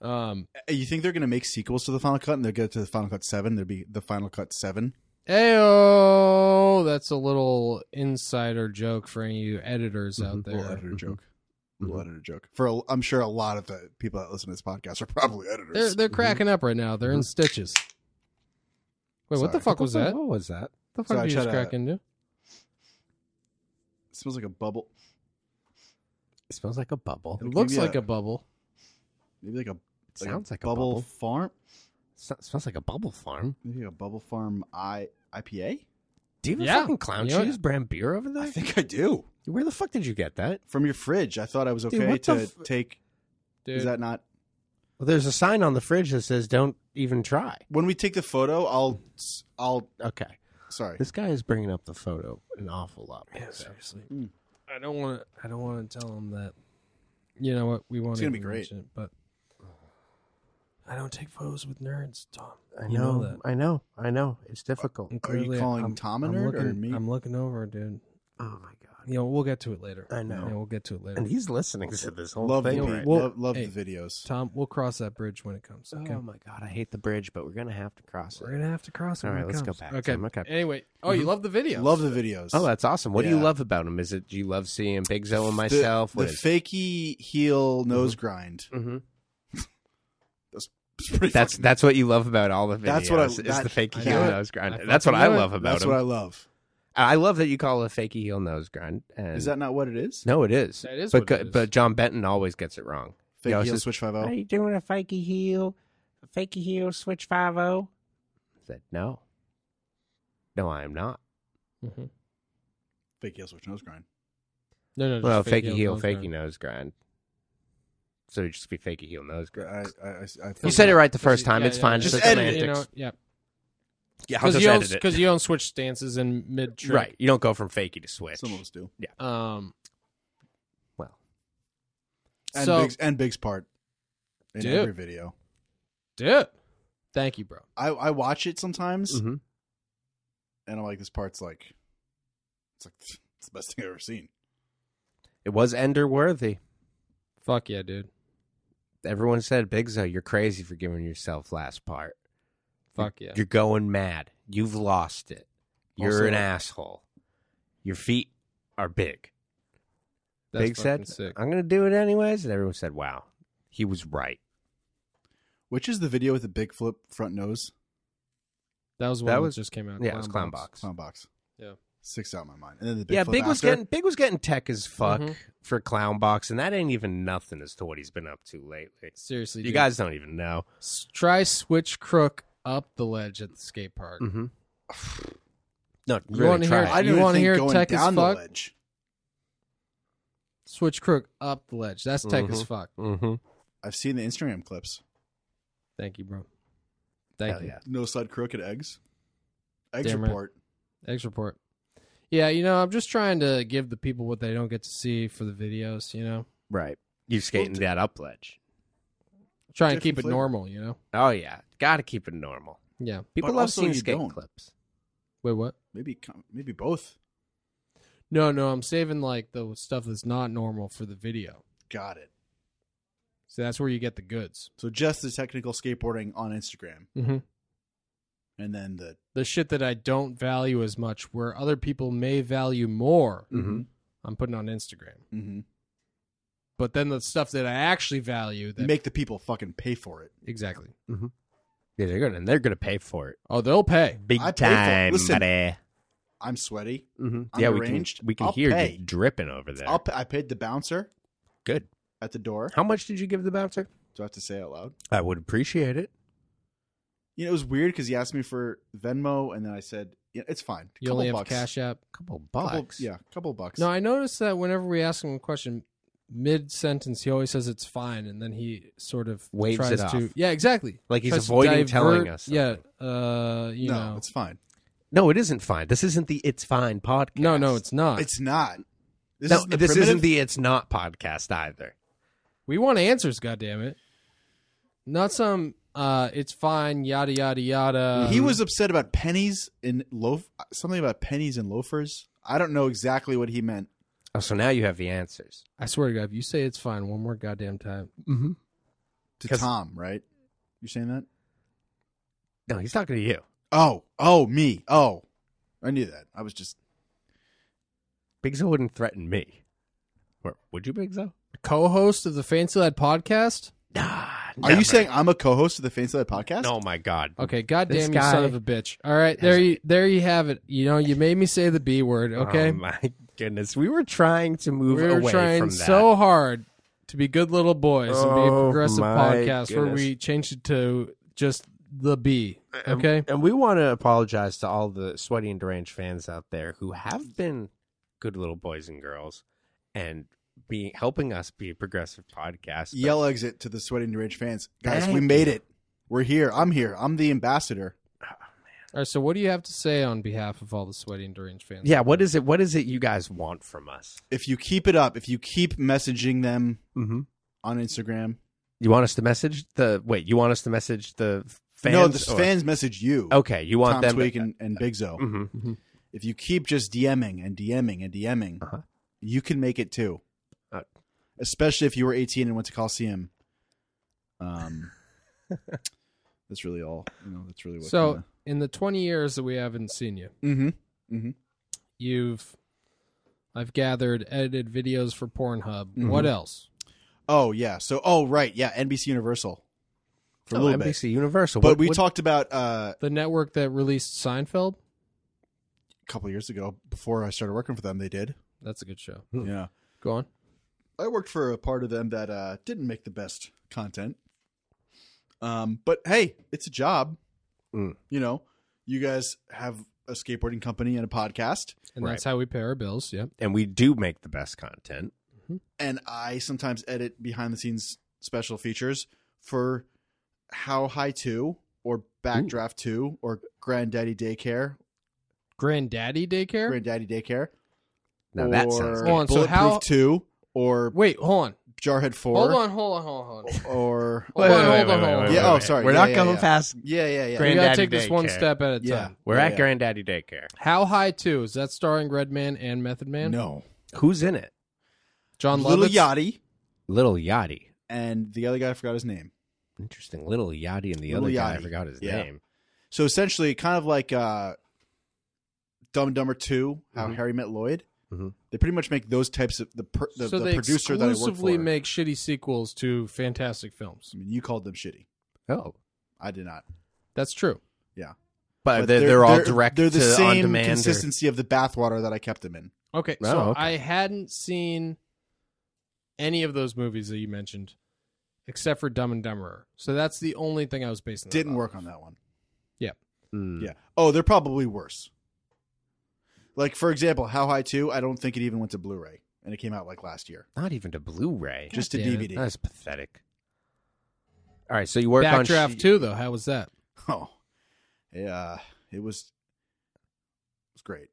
A: Um,
F: You think they're gonna make sequels to the final cut, and they'll get to the final cut seven? There'll be the final cut seven.
A: ayo, that's a little insider joke for any of you editors out
B: Mhm.
A: there.
F: Little editor
B: Mhm. Mhm.
F: joke. Little editor joke. For a, I'm sure a lot of the people that listen to this podcast are probably
A: They're
F: editors.
A: they're cracking up right now. They're in stitches. Wait, what the
F: Mm-hmm. Sorry.
A: fuck was that? What
B: What was that?
A: the fuck
F: Sorry, I
A: did you just
F: tried to-
A: crack into?
F: It smells like a bubble.
B: It smells like a bubble.
A: It
F: Like
A: looks
F: maybe uh,
A: like
F: a-
A: a bubble.
F: Maybe like a
B: It sounds like a
F: bubble,
B: bubble.
F: farm.
B: So- It smells like a bubble farm.
F: Maybe a bubble farm I IPA.
B: Do you have
A: Yeah.
B: a fucking clown
A: You know what?
B: shoes brand beer over there?
F: I think I do.
B: Where the fuck did you get that?
F: From your fridge. I thought I was
B: Dude,
F: okay
B: what
F: to
B: the f-
F: take.
A: Dude,
F: Is that not?
B: Well, there's a sign on the fridge that says "Don't even try."
F: When we take the photo, I'll I'll
B: Okay,
F: sorry.
B: this guy is bringing up the photo an awful lot.
A: Yeah, seriously.
F: Mm.
A: I don't want to. I don't want to tell them that. You know what? We want
F: It's gonna be great.
A: It, but I don't take photos with nerds, Tom.
B: I
A: You
B: know,
A: that.
B: I know, I know. It's difficult.
A: And
F: Are you
A: clearly,
F: calling Tom a
A: I'm
F: nerd
A: looking,
F: or me?
A: I'm looking over, dude.
B: Oh my god!
A: You know, we'll get to it later.
B: I know.
A: Yeah, we'll get to it later.
B: And he's listening to this whole
F: Love the
B: thing
A: you.
B: right
A: Well,
B: now.
F: love, love
A: hey.
F: the videos.
A: Tom, we'll cross that bridge when it comes. Okay.
B: Oh my god! I hate the bridge, but we're gonna have to cross
A: We're
B: it.
A: gonna have to cross it.
B: All
A: when
B: right,
A: it
B: let's go
A: comes.
B: back,
A: Okay.
B: Tom. Okay. Mm-hmm.
A: Anyway, oh, you love the video.
F: Love the videos.
B: Oh, that's awesome! What do you
F: Yeah.
B: love about him? Is it do you love seeing Big Zoe and myself?
F: The, the fakey heel
B: Mhm.
F: nose grind.
B: hmm
F: It's pretty
B: That's
F: fucking-
B: that's what you love about all the videos.
F: That's what I-
B: is
F: that-
B: the fakey
A: I
B: heel
A: know it.
B: nose grind.
A: I
B: that's what
A: fucking
B: I
A: know it.
B: love about
F: that's
B: him.
F: what I love.
B: I love that you call it a fakey heel nose grind. And
F: Is that not what it is?
B: no? It is.
A: That is
B: But
A: what it
B: co-
A: is.
B: but John Benton always gets it wrong.
F: Fake
B: Yeah, it's
F: heel
B: just-
F: switch five oh?
B: Are
F: zero.
B: you doing a fakey heel? A fakey heel switch five oh? zero? Said no. No, I am not.
A: Mhm.
F: Fake heel switch nose grind.
A: No, no. Just
B: well,
A: fake
B: fakey heel,
A: nose
B: fakey
A: grind.
B: nose grind. So it'd just be fakey heel nose
F: I,
B: grind.
F: I, I, I
B: You said it right the first
A: Yeah,
B: time.
A: yeah,
B: it's fine.
A: yeah.
B: It's
F: Just
B: just
F: edit it.
A: You
B: semantics.
A: know, yeah.
B: Yeah, I'll
A: Because
B: just
A: you,
B: edit
A: don't-
B: it.
A: 'cause you don't switch stances in mid trick.
B: Right. You don't go from fakey to switch.
F: Some of us do.
A: Um.
B: Well.
F: And,
A: so,
F: Big's, and Big's part in
A: Dude.
F: every video.
A: dude, thank you, bro.
F: I, I watch it sometimes,
B: Mm-hmm.
F: and I'm like, this part's like, it's like it's the best thing I've ever seen.
B: It was Ender worthy.
A: Fuck yeah, dude.
B: uh, Everyone said, Big Zo, you're crazy for giving yourself last part.
A: Fuck yeah.
B: You're going mad. You've lost it. You're
F: Also-
B: an asshole. Your feet are big.
A: That's
B: big
A: fucking
B: said,
A: sick.
B: "I'm going to do it anyways," and everyone said, "Wow, he was right."
F: Which is the video with the big flip front nose?
A: That was
B: That
A: one that,
B: was-
A: just came out.
B: yeah, it was Clown Box.
F: Clown box.
A: Yeah.
F: Sticks out in my mind. And then the big
B: yeah,
F: flip
B: Big was
F: after.
B: getting Big was getting tech as fuck
A: Mhm.
B: for Clown Box, and that ain't even nothing as to what he's been up to lately.
A: Seriously,
B: You
A: dude.
B: guys don't even know.
A: S- try switch crook up the ledge at the skate park.
B: Mm-hmm. No,
A: You
B: really
A: wanna
B: try.
A: hear-
B: it.
F: I
A: You
F: didn't even
A: wanna
F: think
A: hear
F: going
A: tech as
F: down the
A: fuck?
F: ledge.
A: Switch crook up the ledge. That's tech as fuck.
B: Mm-hmm.
F: I've seen the Instagram clips.
A: Thank you, bro. Thank
B: Hell
A: you.
B: yeah.
F: No sled crooked eggs. Eggs
A: Damn right.
F: report.
A: Eggs report. Yeah, you know, I'm just trying to give the people what they don't get to see for the videos. You know,
B: Right. You're skating that up ledge.
A: trying to keep
F: Different
A: it
F: flavor.
A: normal. You know.
B: Oh yeah, got to keep it normal.
A: Yeah.
B: People
F: But
B: love
F: also
B: seeing
F: you
B: skate
F: don't.
B: clips.
A: Wait, what?
F: Maybe com- maybe both.
A: No, no, I'm saving like the stuff that's not normal for the video.
F: Got it.
A: So that's where you get the goods.
F: So just the technical skateboarding on Instagram,
A: Mm-hmm.
F: and then the
A: The shit that I don't value as much, where other people may value more,
B: Mhm.
A: I'm putting on Instagram.
F: Mhm.
A: But then the stuff that I actually value, that
F: make the people fucking pay for it.
A: exactly.
B: Yeah, they're gonna and they're gonna pay for it
A: Oh, they'll pay.
B: big
F: I pay for it.
B: time,
F: Listen,
B: buddy.
F: I'm sweaty.
B: Mhm.
F: I'm
B: Yeah, we can
F: deranged.
B: we can
F: I'll
B: hear
F: pay.
B: you dripping over there.
F: I'll pa- I paid the bouncer
B: Good.
F: at the door.
B: How much did you give the bouncer?
F: Do I have to say it out loud?
B: I would appreciate it.
F: You know, it was weird because he asked me for Venmo, and then I said, "Yeah, it's fine.
A: You
F: couple
A: only have
F: bucks.
A: Cash App.
B: Couple
F: Couple-
B: bucks.
F: yeah, couple bucks.
A: No, I noticed that whenever we ask him a question, mid sentence he always says it's fine, and then he sort of
B: Waves
A: tries
B: it off.
A: to. Yeah, exactly.
B: Like he's
A: Tries to
B: avoiding
A: divert-
B: telling us. something.
A: Yeah, uh, you
F: No,
A: know,
F: it's fine.
B: No, it isn't fine. This isn't the it's fine podcast.
A: no, no, it's not.
F: It's not. This
B: no,
F: is the
B: this isn't
F: primitive-
B: the it's not podcast either.
A: we want answers. goddamn it! not some. Uh, it's fine. Yada yada yada.
F: he was upset about pennies and loaf. Something about pennies and loafers. I don't know exactly what he meant.
B: Oh, so now you have the answers.
A: I swear to God, if you say it's fine one more goddamn time,
B: Mm-hmm.
F: to
B: 'Cause-
F: Tom, right? You're saying that?
B: No, he's talking to you.
F: Oh, oh, me. Oh, I knew that. I was just
B: Big Zo wouldn't threaten me. Or would you, Big Zo?
A: co-host of the Fancy Lad podcast.
B: Nah.
F: Are you saying I'm a co-host of the Fancy Life podcast?
B: Oh my God.
A: Okay, goddamn
B: This
A: you,
B: guy
A: son of a bitch! All right, there
B: has-
A: you, there you have it. You know, you made me say the b word. Okay,
B: Oh my goodness. We were trying to move
A: we were
B: away
A: trying
B: from that.
A: so hard to be good little boys and be a
B: Oh,
A: progressive
B: my
A: podcast where
B: goodness.
A: we changed it to just the B.
B: And-
A: Okay,
B: And, we want to apologize to all the sweaty and deranged fans out there who have been good little boys and girls and be helping us be a progressive podcast. but
F: Yell exit to the sweating deranged fans, guys.
B: Thank
F: we made it. We're here. I'm here. I'm the ambassador.
A: all right. So, what do you have to say on behalf of all the sweaty and deranged fans?
B: Yeah, what is it? What is it you guys want from us?
F: If you keep it up, if you keep messaging them
B: Mm-hmm.
F: on Instagram,
B: You want us to message the wait? You want us to message the fans?
F: no, the
B: or-
F: fans message you.
B: Okay, you want
F: Tom
B: them.
F: Tweak and, Mm-hmm. and Big Zo.
B: hmm
F: If you keep just DMing and DMing and DMing,
B: Uh-huh.
F: you can make it too.
B: Uh.
F: Especially if you were 18 and went to Coliseum. Um, that's really all. You know, that's really what.
A: So, in the twenty years that we haven't seen you,
F: mm-hmm.
A: you've I've gathered edited videos for Pornhub.
F: Mm-hmm.
A: What else?
F: Oh yeah. So oh right yeah NBC Universal for a little
B: NBC
F: bit.
B: Universal.
F: But
B: What-
F: we
B: what-
F: talked about uh,
A: The network that released Seinfeld.
F: a couple years ago before I started working for them. They did.
A: That's a good show.
B: Hmm.
F: Yeah.
A: Go on.
F: I worked for a part of them that uh, didn't make the best content. Um, but hey, it's a job.
B: Mm.
F: You know, you guys have a skateboarding company and a podcast,
A: And that's how we pay our bills. Yep.
B: and we do make the best content.
F: and I sometimes edit behind the scenes special features for How High Two or Backdraft Two or Granddaddy Daycare,
A: Granddaddy daycare.
F: Granddaddy Daycare,
B: Now
F: or
B: that sounds
A: Hold on, so
F: Bulletproof
A: how-
F: Two or
A: Wait, hold on.
F: Jarhead Four.
A: Hold on. Hold on. Hold on. Hold on.
F: Or
A: Hold on, hold on, hold on.
F: Yeah, oh, sorry.
B: We're
F: Yeah,
B: not
F: yeah,
B: going
F: yeah.
B: past.
F: yeah, yeah, yeah.
A: We gotta
B: Granddaddy
A: take this one
B: daycare.
A: step at a time.
F: yeah.
B: We're
F: Yeah,
B: at
F: yeah.
B: Granddaddy Daycare.
A: How High 2. Is that starring Redman and Method Man?
F: No.
B: Who's in it?
A: John Lovitz?
F: Little Yachty
B: Little Yachty.
F: and the other guy I forgot his name.
B: Interesting. Little Yachty and the
F: Little
B: other guy. I
F: Yachty.
B: forgot his
F: Yeah.
B: name.
F: So essentially, kind of like uh, Dumb and Dumber Two, how
B: Mm-hmm.
F: Harry met Lloyd.
B: Mhm.
F: They pretty much make those types of the per, the,
A: so
F: the
A: they
F: producer that I work
A: exclusively
F: for.
A: make shitty sequels to fantastic films.
F: I mean, you called them shitty.
B: Oh,
F: I did not.
A: That's true.
B: but, Uh, they're, they're, all direct
F: They're the
B: to on
F: same
B: demand. or-
F: consistency of the bathwater that I kept them in.
A: Okay,
B: Oh,
A: so
B: okay.
A: I hadn't seen any of those movies that you mentioned, except for Dumb and Dumberer. So that's the only thing I was basing. that
F: Didn't
A: off
F: work on
A: of.
F: that one.
B: Mm.
F: Yeah. Oh, they're probably worse. Like for example, How High Two. I don't think it even went to Blu-ray, and it came out like last year,
B: Not even to Blu-ray.
F: just to
A: damn it.
F: DVD.
B: That's pathetic. All right, so you work on
A: Backdraft
B: sh-
A: two though. How was that?
F: Oh, yeah, it was. It was great.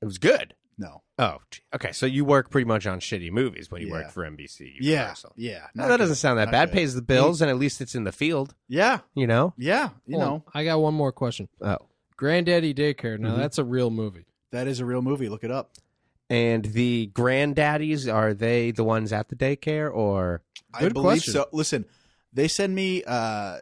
B: It was good.
F: No,
B: Oh, gee. okay. So you work pretty much on shitty movies when you
F: Yeah.
B: work for NBC.
F: yeah,
B: Universal.
F: yeah.
B: No, that
F: not good.
B: doesn't sound that
F: Not
B: bad.
F: good.
B: Pays the bills, and at least it's in the field.
F: Yeah,
B: You know.
F: yeah. You
A: Hold on,
F: know,
A: I got one more question.
B: Oh,
A: Granddaddy Daycare. Now
B: Mhm.
A: that's a real movie.
F: that is a real movie. Look it up.
B: and the granddaddies are they the ones at the daycare or?
F: I
A: Good
F: believe
A: question.
F: so. Listen, they send me uh,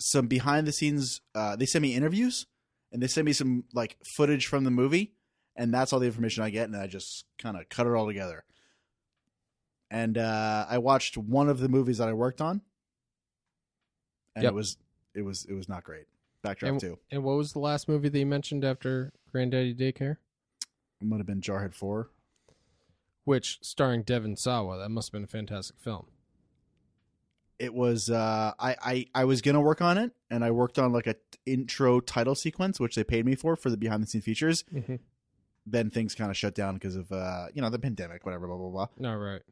F: some behind the scenes. Uh, they send me interviews, and they send me some like footage from the movie, and that's all the information I get, and I just kind of cut it all together. And uh, I watched one of the movies that I worked on, and
A: Yep.
F: it was it was it was not great.
A: And-
F: Backdraft two.
A: And what was the last movie that you mentioned after Granddaddy Daycare?
F: It might have been Jarhead four.
A: Which starring Devin Sawa. That must have been a fantastic film.
F: it was uh I, I i was gonna work on it and i worked on like a t- intro title sequence which they paid me for for the behind the scenes features
A: Mhm.
B: Mm-hmm.
F: then things kind of shut down because of uh you know the pandemic whatever blah blah blah
A: All right.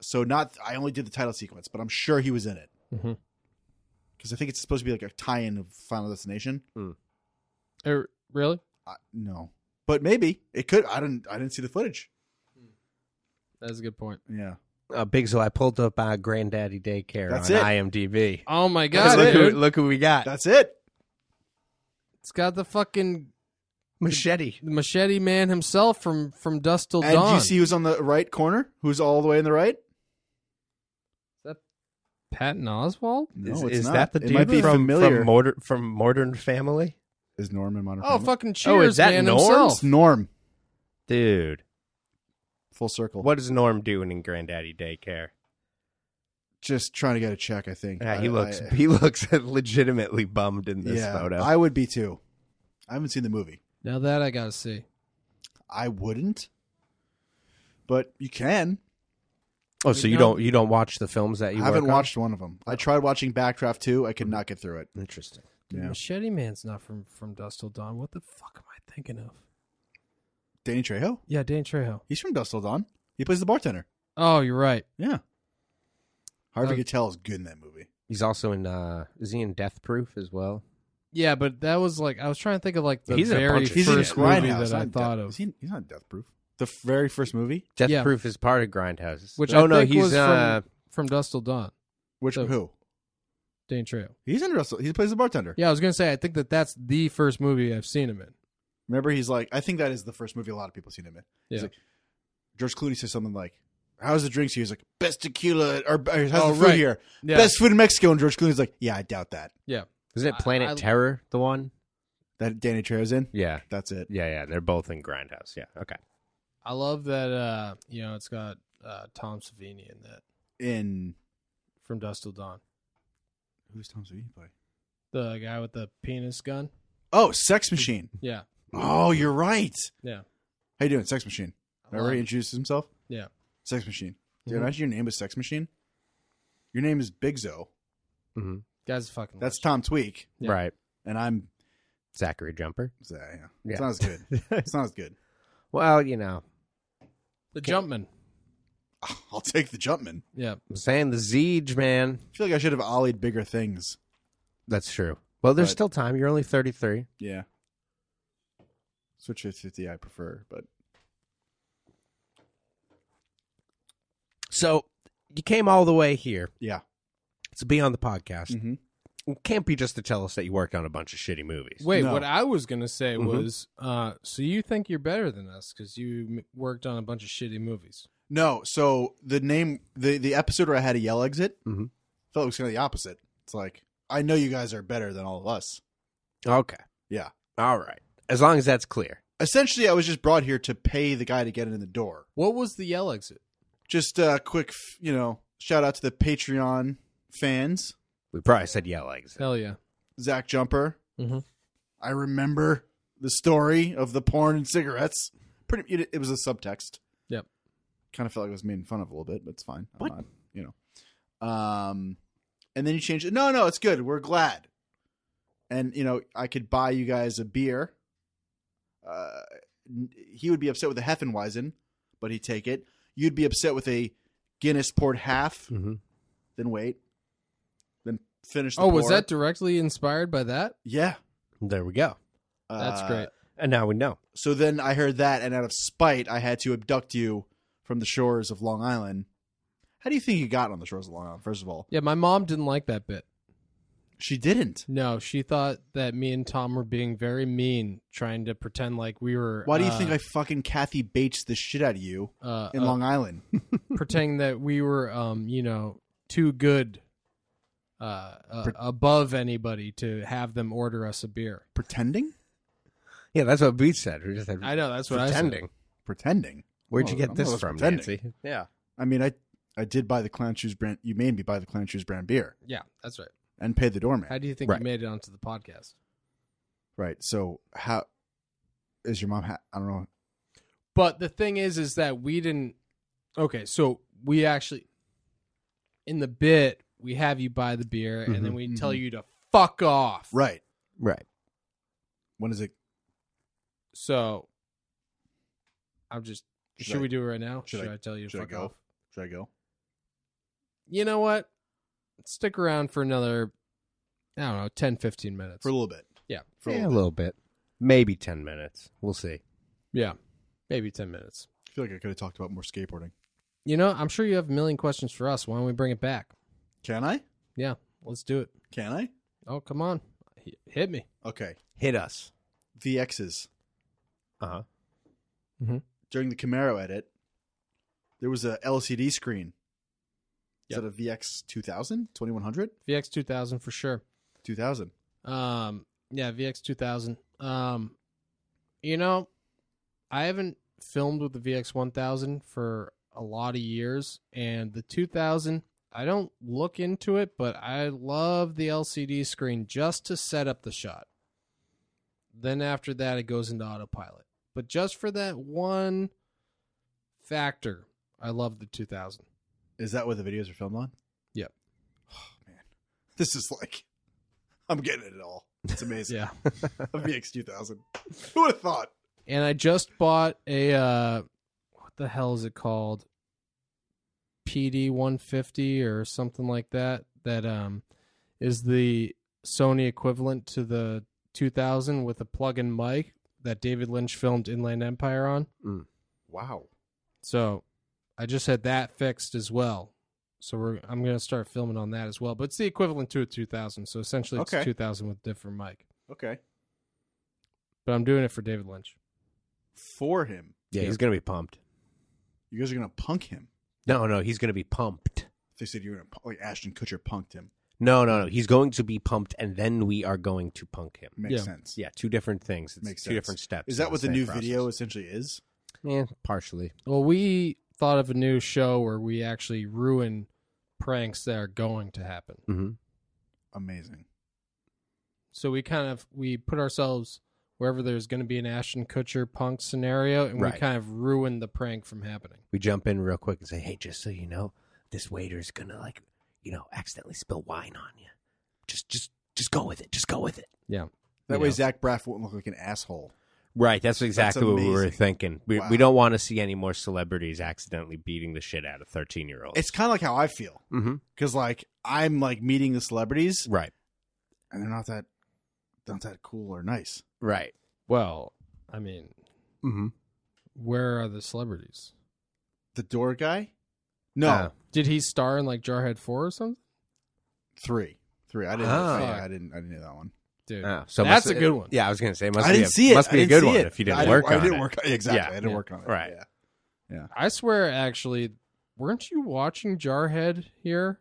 F: so not i only did the title sequence but i'm sure he was in it
B: Mm-hmm.
A: Mhm.
F: because i think it's supposed to be like a tie-in of final destination
A: Er, really?
F: I, no but maybe it could i didn't i didn't see the footage
A: That's a good point.
F: yeah
B: Uh, Big so I pulled up uh, Granddaddy Daycare
F: That's
B: on
F: it.
B: IMDb.
A: Oh my
F: That's
A: god,
B: look,
F: it,
B: who,
A: dude.
B: look who we got.
F: that's it
A: It's got the fucking
B: Machete.
A: machete man himself from from Dust Till
F: and
A: Dawn.
F: you see who's on the right corner who's all the way in the right
A: Patton Oswald?
F: no
B: is
F: it's
B: is that
F: not
B: the
F: it
B: dude
F: might be
B: from,
F: familiar
B: from Modern from Modern Family?
F: is norman Modern
A: Oh,
F: Family?
A: fucking cheers,
B: Oh, is that
A: man
B: Norm?
A: himself.
F: it's norm
B: Dude,
F: full circle
B: what is Norm doing in Granddaddy Daycare?
F: just trying to get a check. I think.
B: Yeah, he
F: I-
B: looks
F: I-
B: he looks legitimately bummed in this
F: yeah,
B: photo.
F: I would be too. I haven't seen the movie.
A: Now that I gotta see.
F: I wouldn't, but you can.
B: oh, so
A: you
B: you
A: know-
B: don't you don't watch the films that you
F: I haven't
B: work on?
F: watched one of them. I tried watching Backdraft two. I could not get through it.
B: Interesting.
A: Dude,
F: Yeah.
A: Machete Man's not from from Dust Till Dawn. What the fuck am I thinking of?
F: Danny Trejo.
A: Yeah, Dan Trejo.
F: He's from Dust Till Dawn. He plays the bartender.
A: Oh, you're right.
F: Yeah. Harvey
A: Uh,
F: Keitel is good in that movie.
B: He's also in uh is he in Death Proof as well?
A: Yeah, but that was like I was trying to think of like the
B: He's in a
A: very
B: bunch of
A: first
B: He's in
A: movie
F: Grindhouse,
A: that I
F: not in
A: thought
F: Death-
A: of,
F: is he- he's not in Death Proof. The f- very first movie.
B: Death
A: Yeah.
B: Proof is part of Grindhouse.
A: Which
B: oh
A: I
B: no,
A: think
B: he's
A: was
B: uh
A: from, from Dust Till Dawn.
F: Which
A: So-
F: who?
A: Dan Trejo.
F: He's in Russell. He plays the bartender.
A: Yeah, I was gonna say I think that that's the first movie I've seen him in.
F: Remember, he's like, I think that is the first movie a lot of people have seen him in.
A: Yeah.
F: He's like, George Clooney says something like, "How's the drinks here?" He's like, "Best tequila or, or how's
A: Oh,
F: the food
A: right.
F: here?
A: Yeah,
F: Best food in Mexico." And George Clooney's like, "Yeah, I doubt that."
B: isn't it
A: I-
B: Planet
A: I-
B: Terror the one?
F: That Danny Trejo's in.
B: Yeah.
F: That's it.
B: Yeah, yeah. They're both in Grindhouse. Yeah. Okay.
A: I love that. uh You know, it's got uh Tom Savini in that
F: In
A: from Dust Till Dawn.
F: who's Tom Savini play?
A: The guy with the penis gun.
F: Oh, Sex Machine.
A: Yeah,
F: Oh, you're right.
A: yeah.
F: How you doing, Sex Machine?
A: I
F: Remember,
A: love-
F: he introduces himself.
A: Yeah.
F: Sex Machine. Dude,
A: Mhm.
F: imagine your name is Sex Machine. Your name is Big Zo.
B: hmm
A: Guys, a fucking.
F: That's Tom Tweak,
A: Yeah.
B: Right.
F: and I'm.
B: Zachary Jumper.
F: Yeah, yeah.
B: Yeah.
F: It's not as good. it's not as good.
B: well, you know,
A: the Jumpman.
F: I'll take the Jumpman.
A: Yeah,
B: I'm saying the Siege, man.
F: I feel like I should have ollied bigger things.
B: That's true. Well, there's
F: But-
B: still time. You're only 33.
F: Yeah. Switch 50 I prefer, but
B: So you came all the way here
F: yeah.
B: to be on the podcast.
F: Mm-hmm.
B: It can't be just to tell us that you worked on a bunch of shitty movies.
A: Wait,
F: No. Mm-hmm.
A: what I was gonna say
B: Mhm.
A: was, uh, so you think you're better than us because you m- worked on a bunch of shitty movies?
F: No, so the name the the episode where I had a yell exit
B: Mhm.
F: felt like it was kind of the opposite. It's like I know you guys are better than all of us.
B: Okay.
F: Yeah.
B: All right. As long as that's clear.
F: Essentially, I was just brought here to pay the guy to get in the door.
A: What was the yell exit?
F: Just a quick, f- you know, shout out to the Patreon fans,
B: We probably said yell exit.
A: Hell yeah.
F: Zach Jumper.
A: Mhm.
F: I remember the story of the porn and cigarettes. Pretty, it, it was a subtext.
A: Yep.
F: Kind of felt like I was made fun of a little bit, but it's fine. I'm not, you know. Um, and then you change it. No, no, it's good. We're glad. And you know, I could buy you guys a beer. Uh, n- he would be upset with a Heffenweisen, but he'd take it. You'd be upset with a Guinness poured half.
B: Mm-hmm.
F: Then wait. Then finish. The
A: Oh, was
F: pour.
A: that directly inspired by that?
F: Yeah,
B: There we go.
A: That's
F: Uh,
A: great.
B: And now we know.
F: So then I heard that, and out of spite, I had to abduct you from the shores of Long Island. How do you think you got on the shores of Long Island? First of all,
A: Yeah, my mom didn't like that bit.
F: she didn't.
A: No, she thought that me and Tom were being very mean, trying to pretend like we were.
F: Why do you
A: uh,
F: think I fucking Kathy Bates the shit out of you
A: uh,
F: in
A: uh,
F: Long Island?
A: pretending that we were, um, you know, too good, uh, uh, above anybody to have them order us a beer?
F: Pretending,
B: Yeah, that's what Beach said. We just said
A: I know that's what I
B: pretending.
F: pretending.
B: Where'd
F: Oh,
B: you get
F: I'm
B: this
F: almost
B: from,
F: pretending.
B: Nancy? Yeah.
F: I mean, I I did buy the clown shoes brand. You made me buy the clown shoes brand beer
A: said. Yeah, that's right.
F: and pay the doorman.
A: How do you think
B: Right.
A: you made it onto the podcast?
F: right. So how is your mom? Ha- I don't know.
A: But the thing is, is that we didn't. Okay, so we actually in the bit we have you buy the beer, and then we tell you to fuck off.
F: Right.
B: Right.
F: When is it?
A: So I'm just. Should,
F: Should I-
A: we do it right now?
F: should
A: Should, I,
F: I-
A: tell you to
F: should I
A: fuck
F: go?
A: off?
F: Should I go?
A: You know what? Stick around for another. I don't know, 10, 15 minutes.
F: For a little bit.
A: Yeah.
F: For a
B: yeah,
F: little
B: a little bit. Maybe 10 minutes. We'll see.
A: yeah, maybe ten minutes.
F: bit. I feel like I could have talked about more skateboarding.
A: You know, I'm sure you have a million questions for us. Why don't we bring it back?
F: Can I?
A: Yeah, let's do it.
F: Can I?
A: Oh, come on, H- hit me.
F: Okay.
B: Hit us.
F: The X's.
B: Uh-huh.
F: during the Camaro edit, there was a LCD screen. Is
A: Yep.
F: that a VX 2000, 2100,
A: VX two thousand for sure.
F: 2000?
A: Um, yeah, VX two thousand. Um, you know, I haven't filmed with the VX one thousand for a lot of years, and the two thousand. I don't look into it, but I love the LCD screen just to set up the shot. Then after that, it goes into autopilot. But just for that one factor, I love the 2000.
F: Is that what the videos are filmed on?
A: Yep.
F: Oh man, this is like I'm getting it all. It's amazing.
A: Yeah.
F: A VX 2000. Who would have thought?
A: and I just bought a uh what the hell is it called? PD 150 or something like that that um is the Sony equivalent to the 2000 with a plug-in mic that David Lynch filmed Inland Empire on.
F: Mm. Wow.
A: So I just had that fixed as well. So we're I'm going to start filming on that as well, but it's the equivalent to a 2000. So essentially it's a
F: Okay.
A: 2000 with different mic.
F: Okay.
A: But I'm doing it for David Lynch.
F: For him,
B: Yeah,
A: Yeah.
B: he's going to be pumped.
F: you guys are gonna punk him.
B: No, no, he's going to be pumped.
F: They said you're gonna pu- like Ashton Kutcher punked him.
B: No, no, no. He's going to be pumped, and then we are going to punk him.
F: Makes
A: Yeah.
F: sense.
B: Yeah, two different things. It's
F: Makes
B: two
F: sense.
B: different steps.
F: Is
B: in
F: that what the
B: same
F: new
B: process.
F: video essentially is?
B: Yeah, partially.
A: Well, we thought of a new show where we actually ruin pranks that are going to happen.
B: Mm-hmm.
F: Amazing.
A: So we kind of we put ourselves wherever there's going to be an Ashton Kutcher punk scenario, and we
B: Right.
A: kind of ruin the prank from happening.
B: We jump in real quick and say, "Hey, just so you know, this waiter's gonna like, you know, accidentally spill wine on you. Just, just, just go with it. Just go with it."
F: That
B: You
F: way,
B: know.
F: Zach Braff won't look like an asshole.
B: Right. That's exactly what we were
F: amazing.
B: thinking. We
F: Wow.
B: we don't want to see any more celebrities accidentally beating the shit out of thirteen year olds.
F: It's kind of like how I feel.
B: mm-hmm.
F: because like I'm like meeting the celebrities
B: right,
F: and they're not that not that cool or nice.
B: right.
A: Well, I mean,
B: Mm-hmm.
A: where are the celebrities?
F: The door guy, no
B: Uh,
A: Did he star in like Jarhead Four or something?
F: three, three. I didn't.
B: Oh.
F: yeah, I didn't. I didn't know that one.
A: Dude,
B: Oh, so
A: That's
B: must-
A: a good one.
B: Yeah, I was gonna say. Must
F: I
B: be
F: didn't
B: a,
F: see it.
B: Must be
F: I
B: a
F: didn't
B: good
F: see
B: one
F: it.
B: if you didn't
F: I
B: work
F: I
B: on
F: didn't
B: it.
F: work exactly.
B: Yeah.
F: I didn't
A: Yeah.
F: work on it.
B: Right.
F: Yeah.
A: I swear, actually, weren't you watching Jarhead here?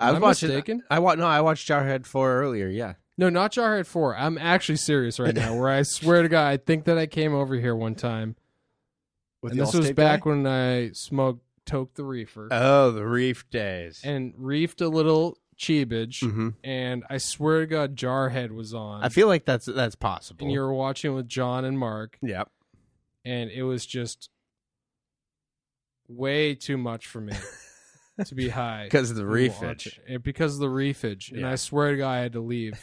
B: I was
A: Am I
B: watching. uh,
A: mistaken?
B: I wa- no, I watched Jarhead four earlier. Yeah,
A: No, not Jarhead 4. I'm actually serious right now, where I swear to God, I think that I came over here one time.
F: With
A: and
F: the
A: this was
F: Allstate
A: back
F: guy?
A: when I smoked, toked the reefer,
B: Oh, the reef days.
A: and reefed a little cheebage.
F: Mm-hmm.
B: hmm
A: And I swear to God, Jarhead was on.
B: I feel like that's that's possible.
A: and you were watching with John and Mark,
B: yep.
A: and it was just way too much for me to be high.
B: Because of the
A: and
B: reef
A: watch
B: itch.
A: it because of the reefage, and
B: Yeah.
A: I swear to God, I had to leave.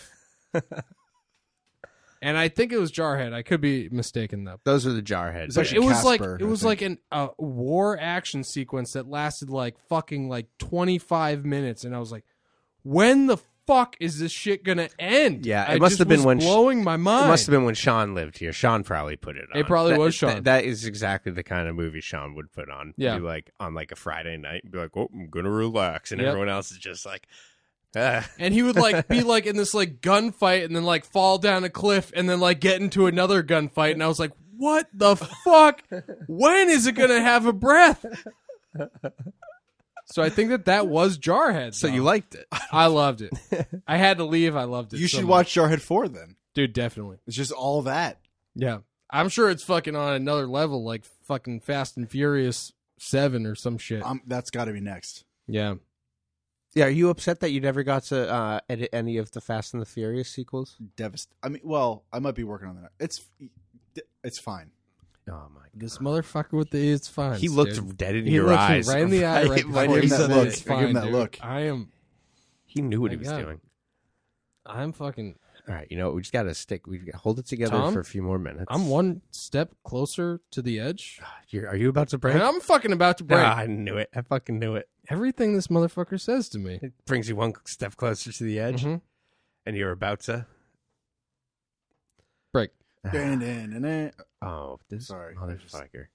A: and I think it was Jarhead. I could be mistaken though.
B: Those are the jarheads.
F: Is
A: But
F: actually
A: it was like
F: Casper,
A: it
F: I
A: was
F: think.
A: like an a war action sequence that lasted like fucking like twenty five minutes, and I was like, when the fuck is this shit gonna end?
B: Yeah,
A: I
B: it must
A: just
B: have been
A: was
B: when sh-
A: blowing my mind.
B: It must have been when Sean lived here. Sean probably put it on.
A: It probably
B: That-
A: was Sean.
B: that- that is exactly the kind of movie Sean would put on.
A: Yeah.
B: Be like on like a Friday night, be like, "Oh, I'm gonna relax," and
A: Yep.
B: everyone else is just like, ah.
A: and he would like be like in this like gunfight and then like fall down a cliff and then like get into another gunfight and i was like what the fuck when is it gonna have a breath so i think that that was jarhead
B: So
A: though.
B: you liked it?
A: i loved it i had to leave i loved it
F: You
A: so
F: should
A: much.
F: watch Jarhead 4 then.
A: dude definitely
F: It's just all that.
A: yeah i'm sure it's fucking on another level like fucking fast and furious seven or some shit
F: Um, that's got to be next.
A: yeah
B: Yeah. Are you upset that you never got to uh, edit any of the Fast and the Furious sequels?
F: Devast. I mean, well, I might be working on that. It's it's fine.
B: Oh my!
A: this motherfucker with the it's fine
B: He looked
A: dude.
B: dead in
A: he
B: your
A: looked me
B: eyes,
A: right in the eye right,
B: when
A: before
F: him
A: he
F: that
A: said
F: look.
A: it's
F: I gave
A: fine,
F: him that
A: dude.
F: look.
A: i am
B: He knew what he
A: My
B: was
A: God.
B: doing.
A: I'm fucking.
B: All right, you know what? We just got to stick. We gotta hold it together
A: Tom?
B: for a few more minutes.
A: I'm one step closer to the edge,
B: You're, are you about to break?
A: and I'm fucking about to break
B: Ah, I knew it. I fucking knew it.
A: everything this motherfucker says to me.
B: It brings you one step closer to the edge,
A: Mhm.
B: and you're about to.
A: Break.
F: Dun, dun, dun, dun.
B: Oh, this
F: Sorry, I just-
B: motherfucker.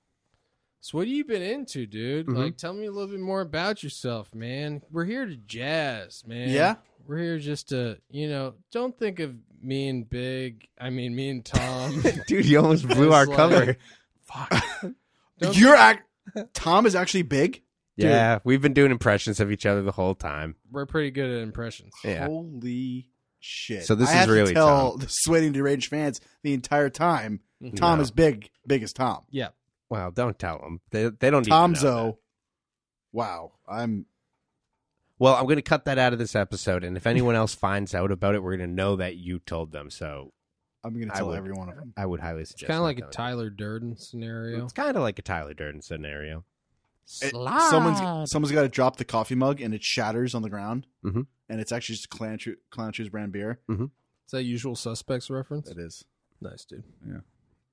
A: So what have you been into, dude?
B: Mhm.
A: Like, tell me a little bit more about yourself, man. We're here to jazz, man.
F: Yeah?
A: we're here just to, you know, don't think of me and Big. I mean, me and Tom.
B: Dude, you almost blew
A: It's
B: our
A: like-
B: cover.
A: Don't-
F: You're act. Tom is actually big.
B: Yeah, we've been doing impressions of each other the whole time.
A: we're pretty good at impressions.
B: Yeah.
F: Holy shit!
B: So this
F: I
B: is
F: have
B: really
F: to tell
B: Tom.
F: the sweating deranged fans the entire time. Tom
B: No.
F: is big. Big as Tom.
A: Yeah,
B: Well, don't tell them. They, they don't need to know that.
F: Tomzo. Wow, I'm
B: Well, I'm going to cut that out of this episode, and if anyone else finds out about it, we're going to know that you told them. So
F: I'm gonna
B: I
F: tell
B: would-
F: every one of them.
B: I would highly suggest.
A: it's kind of
B: not
A: like a
B: telling
A: Tyler Durden
B: them.
A: scenario.
B: It's kind of like a Tyler Durden scenario.
F: It- someone's someone's got to drop the coffee mug and it shatters on the ground,
B: Mhm.
F: and it's actually just Clown Shoe- Clown Shoes brand beer.
A: Is that usual suspects reference?
F: It is.
A: Nice, dude.
F: Yeah.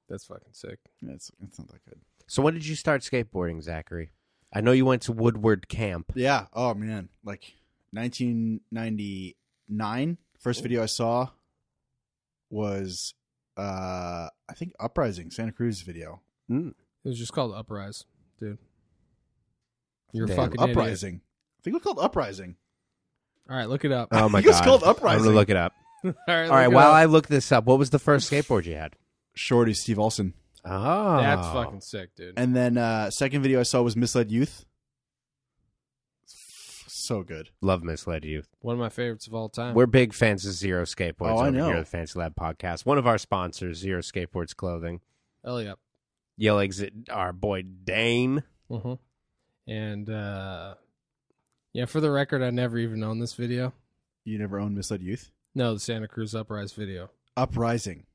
A: that's fucking sick.
F: Yeah, It's it's not that good.
B: So when did you start skateboarding, Zachary? I know you went to Woodward Camp.
F: Yeah. Oh man, like 1999. First video I saw was uh I think Uprising Santa Cruz video.
A: It was just called Uprise, dude. You're a
B: Damn.
A: fucking idiot.
F: Uprising. I think it was called Uprising.
A: All right, look it up.
B: Oh my
F: It was
B: god!
F: called
B: I'm
F: Uprising.
B: gonna look it up.
A: right,
B: All right,
A: look it
B: while
A: up.
B: I look this up, what was the first skateboard you had?
F: Shorty Steve Olsen.
B: Oh,
A: that's fucking sick, dude.
F: And then uh second video I saw was Misled Youth. So good.
B: love misled you.
A: One of my favorites of all time.
B: We're big fans of Zero Skateboards
F: Oh, I
B: over
F: know.
B: here at the Fancy Lab Podcast. One of our sponsors, Zero Skateboards Clothing.
A: Hell yeah.
B: Yell exit our boy Dane.
A: hmm And uh, yeah, for the record, I never even owned this video.
F: You never owned Misled Youth?
A: No, the Santa Cruz Uprise video,
F: Uprising.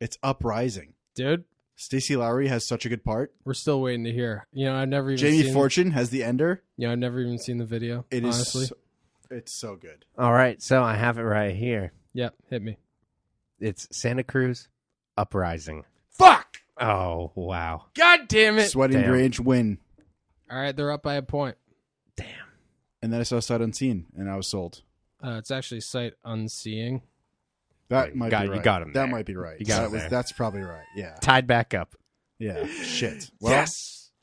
F: It's Uprising.
A: dude.
F: Stacey Lowry has such a good part.
A: We're still waiting to hear. You know, I've never even
F: Jamie
A: seen,
F: Fortune has the ender.
A: You know, I've never even seen the video.
F: It is
A: honestly.
F: so- it's so good.
B: All right, so I have it right here.
A: Yep, hit me.
B: It's Santa Cruz Uprising.
A: Fuck!
B: Oh wow!
A: God damn it!
F: Sweating
B: Damn.
F: Grange win.
A: All right, they're up by a point.
F: and then I saw Sight Unseen, and I was sold.
A: Uh, it's actually sight unseeing.
F: That
B: Right.
F: might
B: Got-
F: be
B: you
F: right.
B: got him
F: That
B: there.
F: might be right.
B: You got
F: that
B: him
F: was,
B: there.
F: That's probably right. Yeah.
B: Tied back up.
F: Yeah. Shit. Well,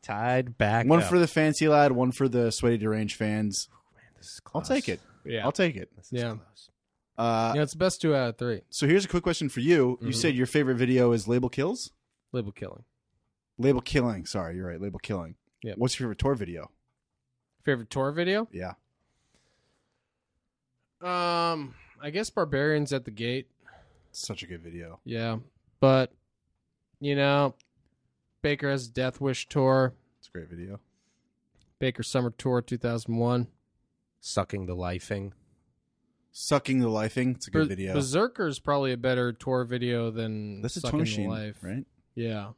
B: Tied back.
F: One
B: up.
F: for the fancy lad, one for the sweaty deranged fans.
B: This is
F: I'll
B: close.
F: take it.
A: Yeah,
F: I'll take it.
B: This is
A: yeah,
B: close.
F: Uh,
A: yeah. It's best two out of three.
F: So here's a quick question for you. You
A: Mhm.
F: said your favorite video is Label Kills?
A: Label killing.
F: Label Killing. Sorry, you're right. Label Killing.
A: Yeah.
F: What's your favorite tour video?
A: Favorite tour video?
F: Yeah.
A: Um, I guess Barbarians at the Gate.
F: Such a good video.
A: Yeah. But, you know, Baker has a Death Wish tour,
F: It's a great video.
A: Baker Summer Tour 2001.
B: Sucking the lifing.
F: Sucking the lifing. It's a good
A: Ber-
F: video.
A: Berserker is probably a better tour video than
F: That's a
A: Sucking
F: tone
A: the
F: machine,
A: Life.
F: right?
A: Yeah.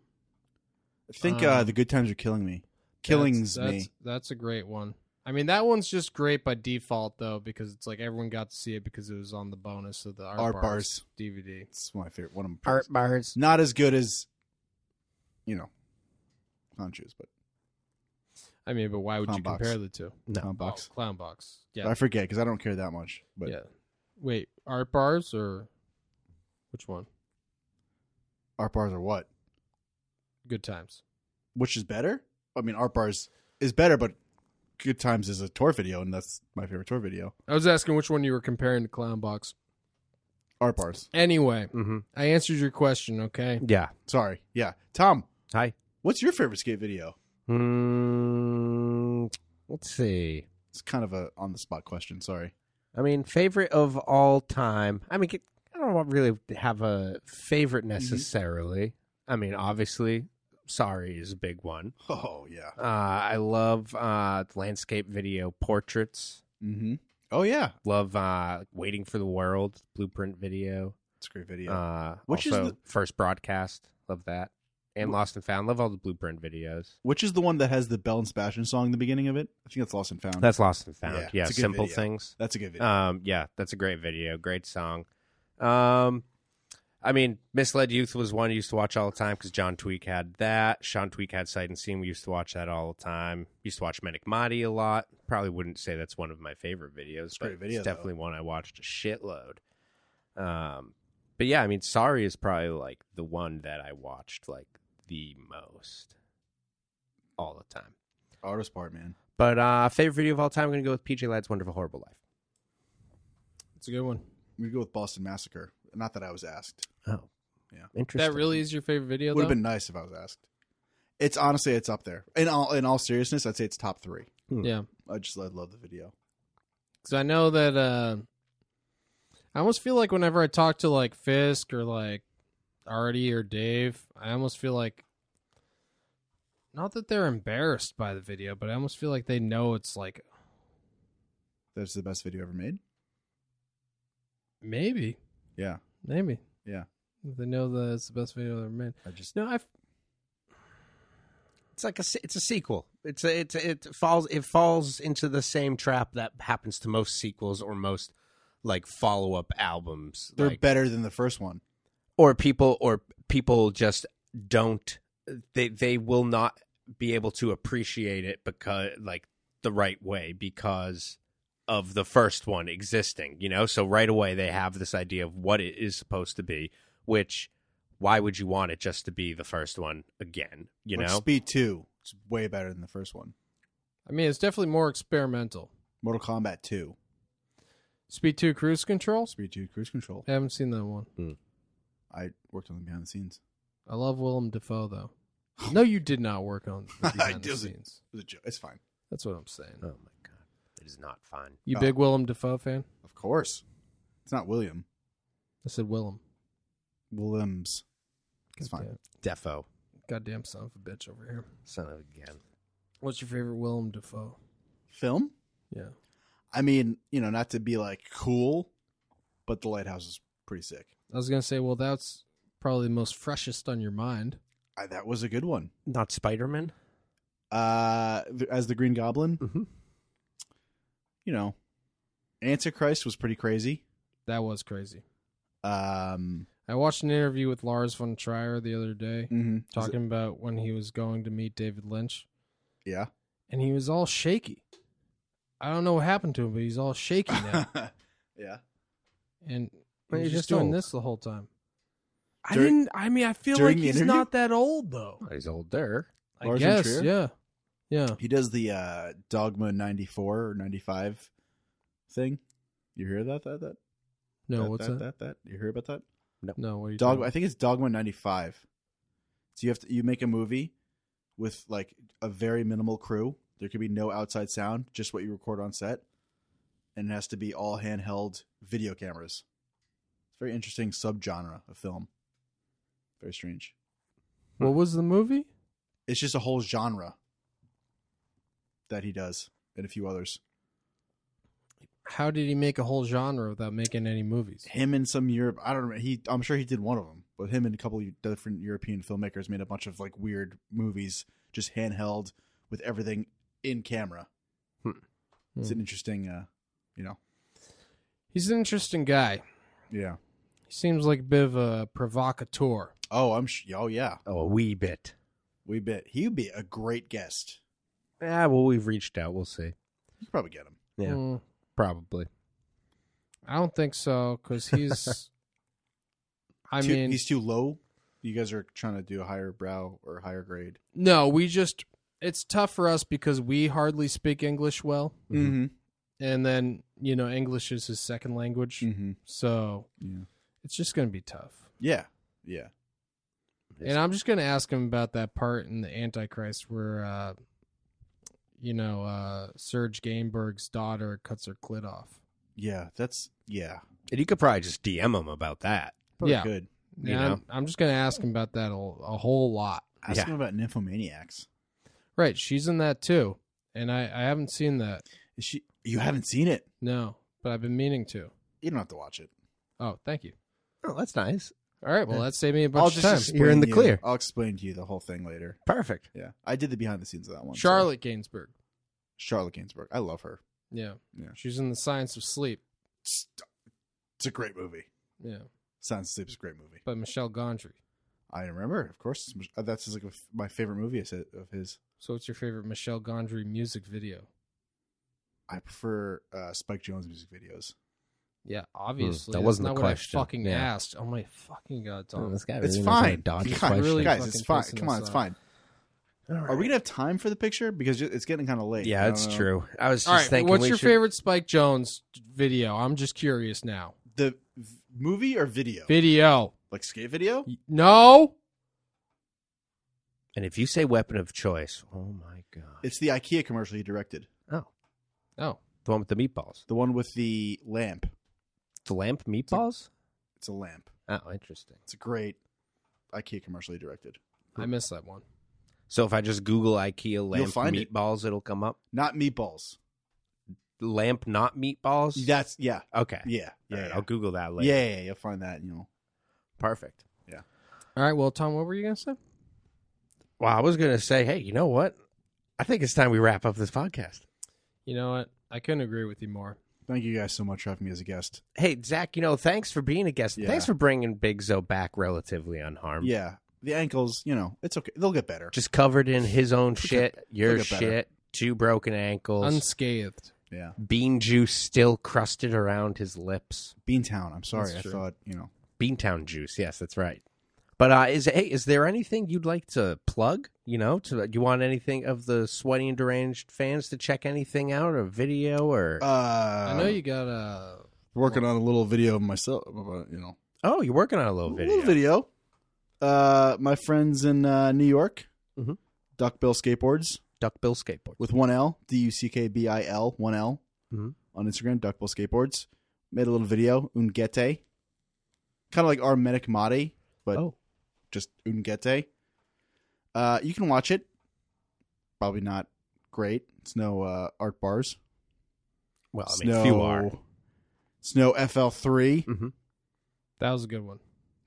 F: I think uh,
A: Um,
F: the good times are killing me. Killings
A: that's,
F: me.
A: That's, that's a great one. I mean, that one's just great by default, though, because it's like everyone got to see it because it was on the bonus of the Art,
F: Art
A: Bars,
F: bars.
A: DVD.
F: It's my favorite. One of my
B: Art bars.
F: Not as good as, you know, Conchus, but
A: I mean, but why would
F: Clown
A: you
F: Box.
A: compare the two?
B: No.
F: Clown Box.
A: Oh, clown box.
F: But
A: Yeah.
F: I forget because I don't care that much. But
A: yeah. Wait, Art Bars or which one?
F: art bars are what?
A: Good Times.
F: Which is better? I mean, art bars is better, but good times is a tour video, and that's my favorite tour video.
A: I was asking which one you were comparing to Clown Box.
F: Art bars.
A: Anyway,
B: Mm-hmm.
A: I answered your question, okay?
B: Yeah.
F: Sorry. Yeah. Tom,
B: Hi.
F: what's your favorite skate video?
B: Mm, let's see.
F: It's kind of a on the spot question. Sorry.
B: I mean, favorite of all time. I mean, I don't really have a favorite
A: Mm-hmm.
B: necessarily. I mean, obviously, sorry is a big one.
F: Oh yeah.
B: Uh, I love uh, landscape video portraits.
F: Mm-hmm. Oh yeah.
B: Love uh, waiting for the world blueprint video.
F: It's a great video.
B: Uh,
F: Which is
B: also,
F: the-
B: first broadcast. Love that. And Lost and Found. Love all the blueprint videos.
F: Which is the one that has the Bell and Sebastian song in the beginning of it? I think that's Lost and Found.
B: That's Lost and Found.
F: Yeah,
B: Yeah,
F: it's a good
B: simple
F: video.
B: things.
F: That's a good video.
B: Um, yeah, that's a great video, great song. Um, I mean, Misled Youth was one I used to watch all the time because John Tweak had that. Sean Tweak had Sight and Seeing. We used to watch that all the time. Used to watch Medic Mahdi a lot. Probably wouldn't say that's one of my favorite videos,
F: a
B: but
F: great video,
B: it's definitely one I watched a shitload. Um, but yeah, I mean, Sorry is probably like the one that I watched like the most all the time.
F: Artist part, man.
B: But uh, favorite video of all time, I'm gonna go with PJ Ladd's Wonderful Horrible Life.
A: It's a good one.
F: We go with Boston Massacre. Not that I was asked.
B: Oh,
F: Yeah.
B: interesting.
A: That really is your favorite video,
F: Would have
A: though?
F: been nice if I was asked. It's honestly, it's up there. In all, in all seriousness, I'd say it's top three.
B: been-
A: yeah.
F: I just I love the video.
A: Because I know that uh, I almost feel like whenever I talk to like Fisk or like Artie or Dave, I almost feel like not that they're embarrassed by the video, but I almost feel like they know it's like
F: That's the best video ever made.
A: maybe,
F: Yeah,
A: maybe,
F: Yeah.
A: They know that it's the best video ever made.
F: I just
A: No, I've
B: it's like a se- it's a sequel. It's a, it's a, it falls it falls into the same trap that happens to most sequels or most like follow up albums.
F: they're
B: like-
F: better than the first one.
B: or people or people just don't they they will not be able to appreciate it because like the right way because of the first one existing you know so right away they have this idea of what it is supposed to be which why would you want it just to be the first one again you
F: Like,
B: know
F: Speed Two is way better than the first one.
A: I mean, it's definitely more experimental.
F: Mortal Kombat Two,
A: Speed two cruise control.
F: Speed Two, Cruise Control.
A: I haven't seen that one.
F: I worked on them behind the scenes.
A: I love Willem Dafoe though. No, you did not work on the
F: I
A: behind the
F: didn't.
A: scenes.
F: It was a joke. It's fine,
A: That's what I'm saying.
B: oh my god it is not fun
A: You
F: Oh.
A: big Willem Dafoe fan?
F: of course. It's not William
A: I said Willem.
F: Williams. It's fine.
B: defo
A: Goddamn son of a bitch over here.
B: son of a gun
A: What's your favorite Willem Dafoe?
F: Film.
A: Yeah.
F: I mean, you know, not to be like cool, but the lighthouse is pretty sick.
A: I was gonna say, well, that's probably the most freshest on your mind.
F: I, that was a good one.
B: not spider-man
F: Uh, th- as the Green Goblin,
A: Mm-hmm.
B: Mhm.
F: you know, Antichrist was pretty crazy.
A: That was crazy.
F: Um,
A: I watched an interview with Lars von Trier the other day
F: mhm.
A: talking about when he was going to meet David Lynch
F: yeah,
A: and he was all shaky. I don't know what happened to him, but he's all shaky now.
F: yeah.
A: and
B: Well,
A: he's
B: he's
A: just
B: just
A: doing
B: old.
A: this the whole time. I
F: Dur-
A: didn't I mean I feel
F: during
A: like
F: the
A: he's
F: interview?
A: not that old though.
B: he's older
A: I
F: Lars von
A: guess,
F: Trier?
A: yeah. Yeah.
F: He does the uh, Dogma ninety four or ninety five thing. You hear that? That that?
A: No,
F: that,
A: what's
F: that,
A: that?
F: that? That you hear about that?
A: No, what are you
F: Dog.
A: talking-
F: I think it's Dogma ninety five. So you have to you make a movie with like a very minimal crew. There could be no outside sound, just what you record on set, and it has to be all handheld video cameras. It's a very interesting subgenre of film. Very strange.
A: What was the movie?
F: It's just a whole genre that he does and a few others.
A: How did he make a whole genre without making any movies?
F: Him and some Europe, I don't know. He, I'm sure he did one of them, but him and a couple of different European filmmakers made a bunch of like weird movies, just handheld with everything in camera.
B: Hmm.
F: It's
A: Hmm.
F: an interesting, uh, you know,
A: He's an interesting guy.
F: yeah.
A: He seems like a bit of a provocateur.
F: Oh, I'm. Sh- oh, yeah.
B: Oh, a wee bit.
F: We bet he'd be a great guest.
B: Ah, well, we've reached out. We'll see.
F: You could probably get him.
B: Yeah.
A: Mm.
B: Probably.
A: I don't think so because he's. I
F: Too-
A: mean,
F: he's too low. You guys are trying to do a higher brow or higher grade.
A: no, we just. It's tough for us because we hardly speak English well.
F: Mm-hmm.
A: And then, you know, English is his second language.
F: Mm-hmm.
A: So
F: Yeah.
A: it's just going to be tough.
F: Yeah. Yeah.
A: And I'm just going to ask him about that part in the Antichrist where, uh, you know, uh, Serge Gainberg's daughter cuts her clit off.
F: Yeah. That's yeah.
B: And you could probably just DM him about that.
F: Probably
A: Yeah.
F: Good.
B: You
A: Yeah, I'm, I'm just going to ask him about that a, a whole lot.
F: Ask
B: Yeah.
F: him about nymphomaniacs.
A: Right. She's in that too. And I, I haven't seen that.
F: Is she? You haven't seen it.
A: No, but I've been meaning to.
F: You don't have to watch it.
A: Oh, thank you.
B: Oh, that's nice.
A: All right. Well,
B: Yeah.
A: that saved me a
F: I'll
A: bunch of
F: just
A: time.
F: explain
B: You're in the
F: you-
B: clear.
F: I'll explain to you the whole thing later.
B: Perfect.
F: Yeah, I did the behind the scenes of that one. so-
A: Charlotte Gainsbourg.
F: Charlotte Gainsbourg. I love her.
A: Yeah.
F: Yeah.
A: She's in the science of sleep.
F: It's, it's a great movie.
A: Yeah.
F: Sounds Sleep is a great movie.
A: By Michelle Gondry.
F: I remember, of course. uh, That's just like my favorite movie is of his.
A: So, what's your favorite Michelle Gondry music video?
F: I prefer uh, Spike Jones music videos.
A: Yeah, obviously.
B: Hmm, that
A: That's
B: wasn't the
A: not what I
B: question.
A: fucking
B: Yeah.
A: asked. Oh my fucking god, Tom.
B: guy
F: It's fine,
B: Dodge
F: God,
A: question.
F: guys. It's
A: Fucking
F: fine.
A: pissing
F: Come on,
A: us
F: it's
A: off.
F: fine. Are we uh, gonna have time for the picture? Because ju- it's getting kind of late. I
B: Yeah,
F: don't
B: it's
F: know.
B: true. I was just
A: All right,
B: thinking.
A: what's
B: we
A: your
B: should-
A: favorite Spike Jones video? I'm just curious now.
F: The v- movie or video?
A: Video.
F: like skate video?
A: Y- No.
B: And if you say weapon of choice, oh my god,
F: It's the IKEA commercial he directed.
B: Oh.
A: No.
B: the one with the meatballs,
F: The one with the lamp.
B: the lamp meatballs.
F: It's a lamp.
B: Oh, interesting.
F: It's a great IKEA commercial he directed.
A: I missed that one.
B: So if I just Google IKEA lamp
F: find it.
B: meatballs, it. will come up.
F: Not meatballs.
B: Lamp not meatballs.
F: That's yeah,
B: okay.
F: yeah, yeah,
B: All right,
F: yeah.
B: I'll Google that later.
F: yeah, yeah, yeah, You'll find that. You know,
B: Perfect.
A: All right, well, Tom, what were you going to say?
B: Well, I was gonna say, hey, you know what? I think it's time we wrap up this podcast.
A: You know what? I couldn't agree with you more.
F: thank you guys so much for having me as a guest.
B: Hey, Zach, you know, thanks for being a guest.
F: Yeah.
B: Thanks for bringing Big Zo back relatively unharmed.
F: Yeah, the ankles. You know, it's okay. They'll get better.
B: Just covered in his own shit, your
F: get better.
B: shit, two broken ankles,
A: Unscathed.
F: yeah,
B: bean juice still crusted around his lips.
F: Beantown. I'm sorry.
A: That's
F: I
A: true.
F: thought you know.
B: Beantown juice. Yes, that's right. But uh, is hey, is there anything you'd like to plug? You know, to uh, you want anything of the sweaty and deranged fans to check anything out or video or
F: Uh,
A: I know
B: Um,
A: you got a.
F: working on a little video of myself. uh, You know,
B: oh, you're working on a little video.
F: little video. Uh, my friends in uh, New York,
B: Mhm.
F: Duckbill Skateboards
B: Duckbill skateboard.
F: with one L, D U C K B I L, one L
B: Mhm.
F: on Instagram. Duckbill Skateboards made a little video. Ungete, kind of like our medic Mati, but
B: Oh.
F: just Ungete. Uh, you can watch it. Probably not great. It's no uh, art bars.
B: Well, I
F: It's
B: mean,
F: no,
B: few are.
F: It's no FL three.
A: That was a good one.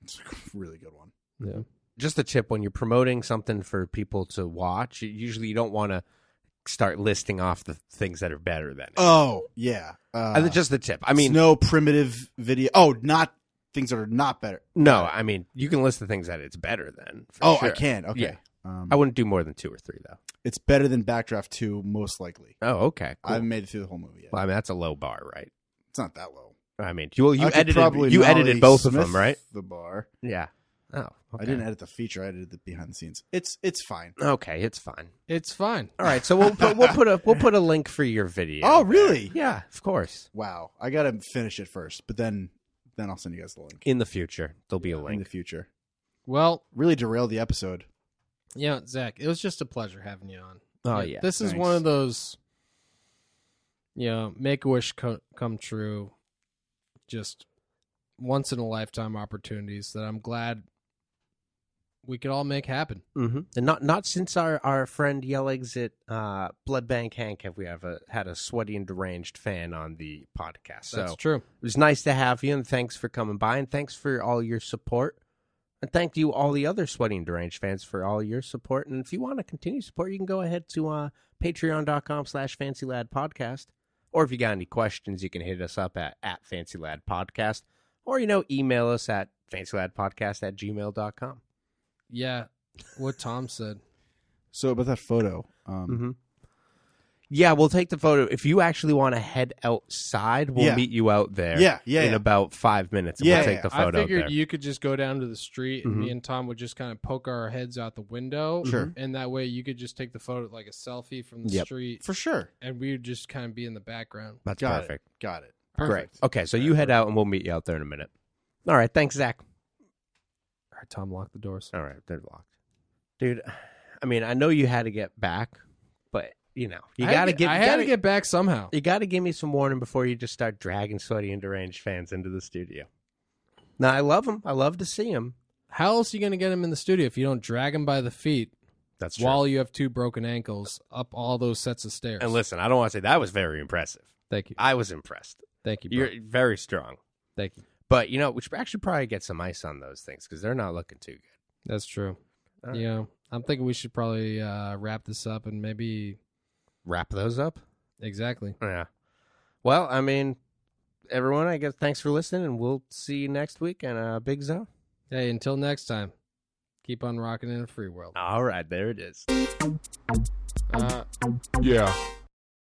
F: It's a really good one.
A: Yeah.
B: Just a tip when you're promoting something for people to watch, you- usually you don't want to start listing off the things that are better than it.
F: Oh yeah. Uh,
B: Uh, just the tip. I mean,
F: no primitive video. Oh, not things that are not better.
B: no, I mean, you can list the things that it's better than. for
F: Oh, I
B: sure.
F: can. Okay.
B: Yeah.
F: Um,
B: I wouldn't do more than two or three, though.
F: it's better than Backdraft Two, most likely.
B: Oh, okay.
F: I
B: Cool.
F: haven't made it through the whole movie yet.
B: Well, I mean, that's a low bar, right?
F: It's not that low.
B: I mean, you well, you
F: I could
B: edited
F: probably
B: you edited
F: Nolly
B: both
F: Smith
B: of them, right?
F: The bar.
B: Yeah. Oh, okay.
F: I didn't edit the feature. I edited the behind the scenes. It's it's fine.
B: Okay, it's fine.
A: It's fine.
B: All right, so we'll put, we'll put a we'll put a link for your video.
F: Oh,
B: there.
F: really?
B: Yeah, of course.
F: Wow. I gotta finish it first, but then then I'll send you guys the link
B: In the future, there'll be a
F: in the
B: link.
F: future.
A: Well,
F: Really derailed the episode.
A: yeah, Zach, it was just a pleasure having you on.
B: Oh
A: Yeah,
B: yeah.
A: This is
F: thanks.
A: one of those you know, make a wish co- come true. Just once in a lifetime opportunities that I'm glad we could all make happen.
B: Mm-hmm. And not not since our, our friend Yell Exit uh, Blood Bank Hank have we ever had a sweaty and deranged fan on the podcast. So
A: That's true.
B: it was nice to have you, and thanks for coming by, and thanks for all your support. And thank you, all the other Sweaty and Deranged fans, for all your support. And if you want to continue support, you can go ahead to uh, patreon.com slash fancyladpodcast. Or if you got any questions, you can hit us up at, at fancyladpodcast. Or, you know, email us at fancyladpodcast at gmail.com.
A: Yeah, what Tom said.
F: So about that photo, um,
B: Mm-hmm. Yeah, we'll take the photo. If you actually want to head outside, we'll
F: Yeah.
B: meet you out there.
F: Yeah, yeah,
B: in
F: yeah.
B: about five minutes. And
F: Yeah,
B: we'll
F: yeah,
B: take the
A: I
B: photo out
A: figured
B: there.
A: you could just go down to the street and
B: Mhm.
A: me and Tom would just kind of poke our heads out the window.
F: Sure.
A: And that way you could just take the photo like a selfie from the
B: Yep.
A: street
F: for sure.
A: and we would just kind of be in the background.
B: That's
F: Got it.
B: perfect.
F: Got it.
A: Perfect.
B: Okay, so you head out, and we'll meet you out there in a minute. All right, thanks, Zach.
A: All right, Tom, lock the doors.
B: All right, they're locked, dude. I mean, I know you had to get back, but you know, you
A: I had
B: gotta
A: to-
B: give.
A: I
B: you
A: had
B: gotta,
A: to get back somehow.
B: You gotta give me some warning before you just start dragging sweaty and deranged fans into the studio. Now, I love them. I love to see them.
A: How else are you going to get him in the studio if you don't drag him by the feet
B: That's
A: while you have two broken ankles up all those sets of stairs?
B: And listen, I don't want to say that was very impressive.
A: thank you,
B: I was impressed.
A: thank you, bro.
B: You're very strong.
A: thank you.
B: But you know, we should actually probably get some ice on those things because they're not looking too good.
A: That's true.
B: All right.
A: Yeah, I'm thinking we should probably uh, wrap this up and maybe
B: Wrap those up.
A: exactly.
B: Yeah. Well, I mean, everyone, I guess thanks for listening, and we'll see you next week in uh, Big Zone.
A: Hey, until next time, keep on rocking in a free world.
B: All right, there it is.
C: uh,
D: Yeah.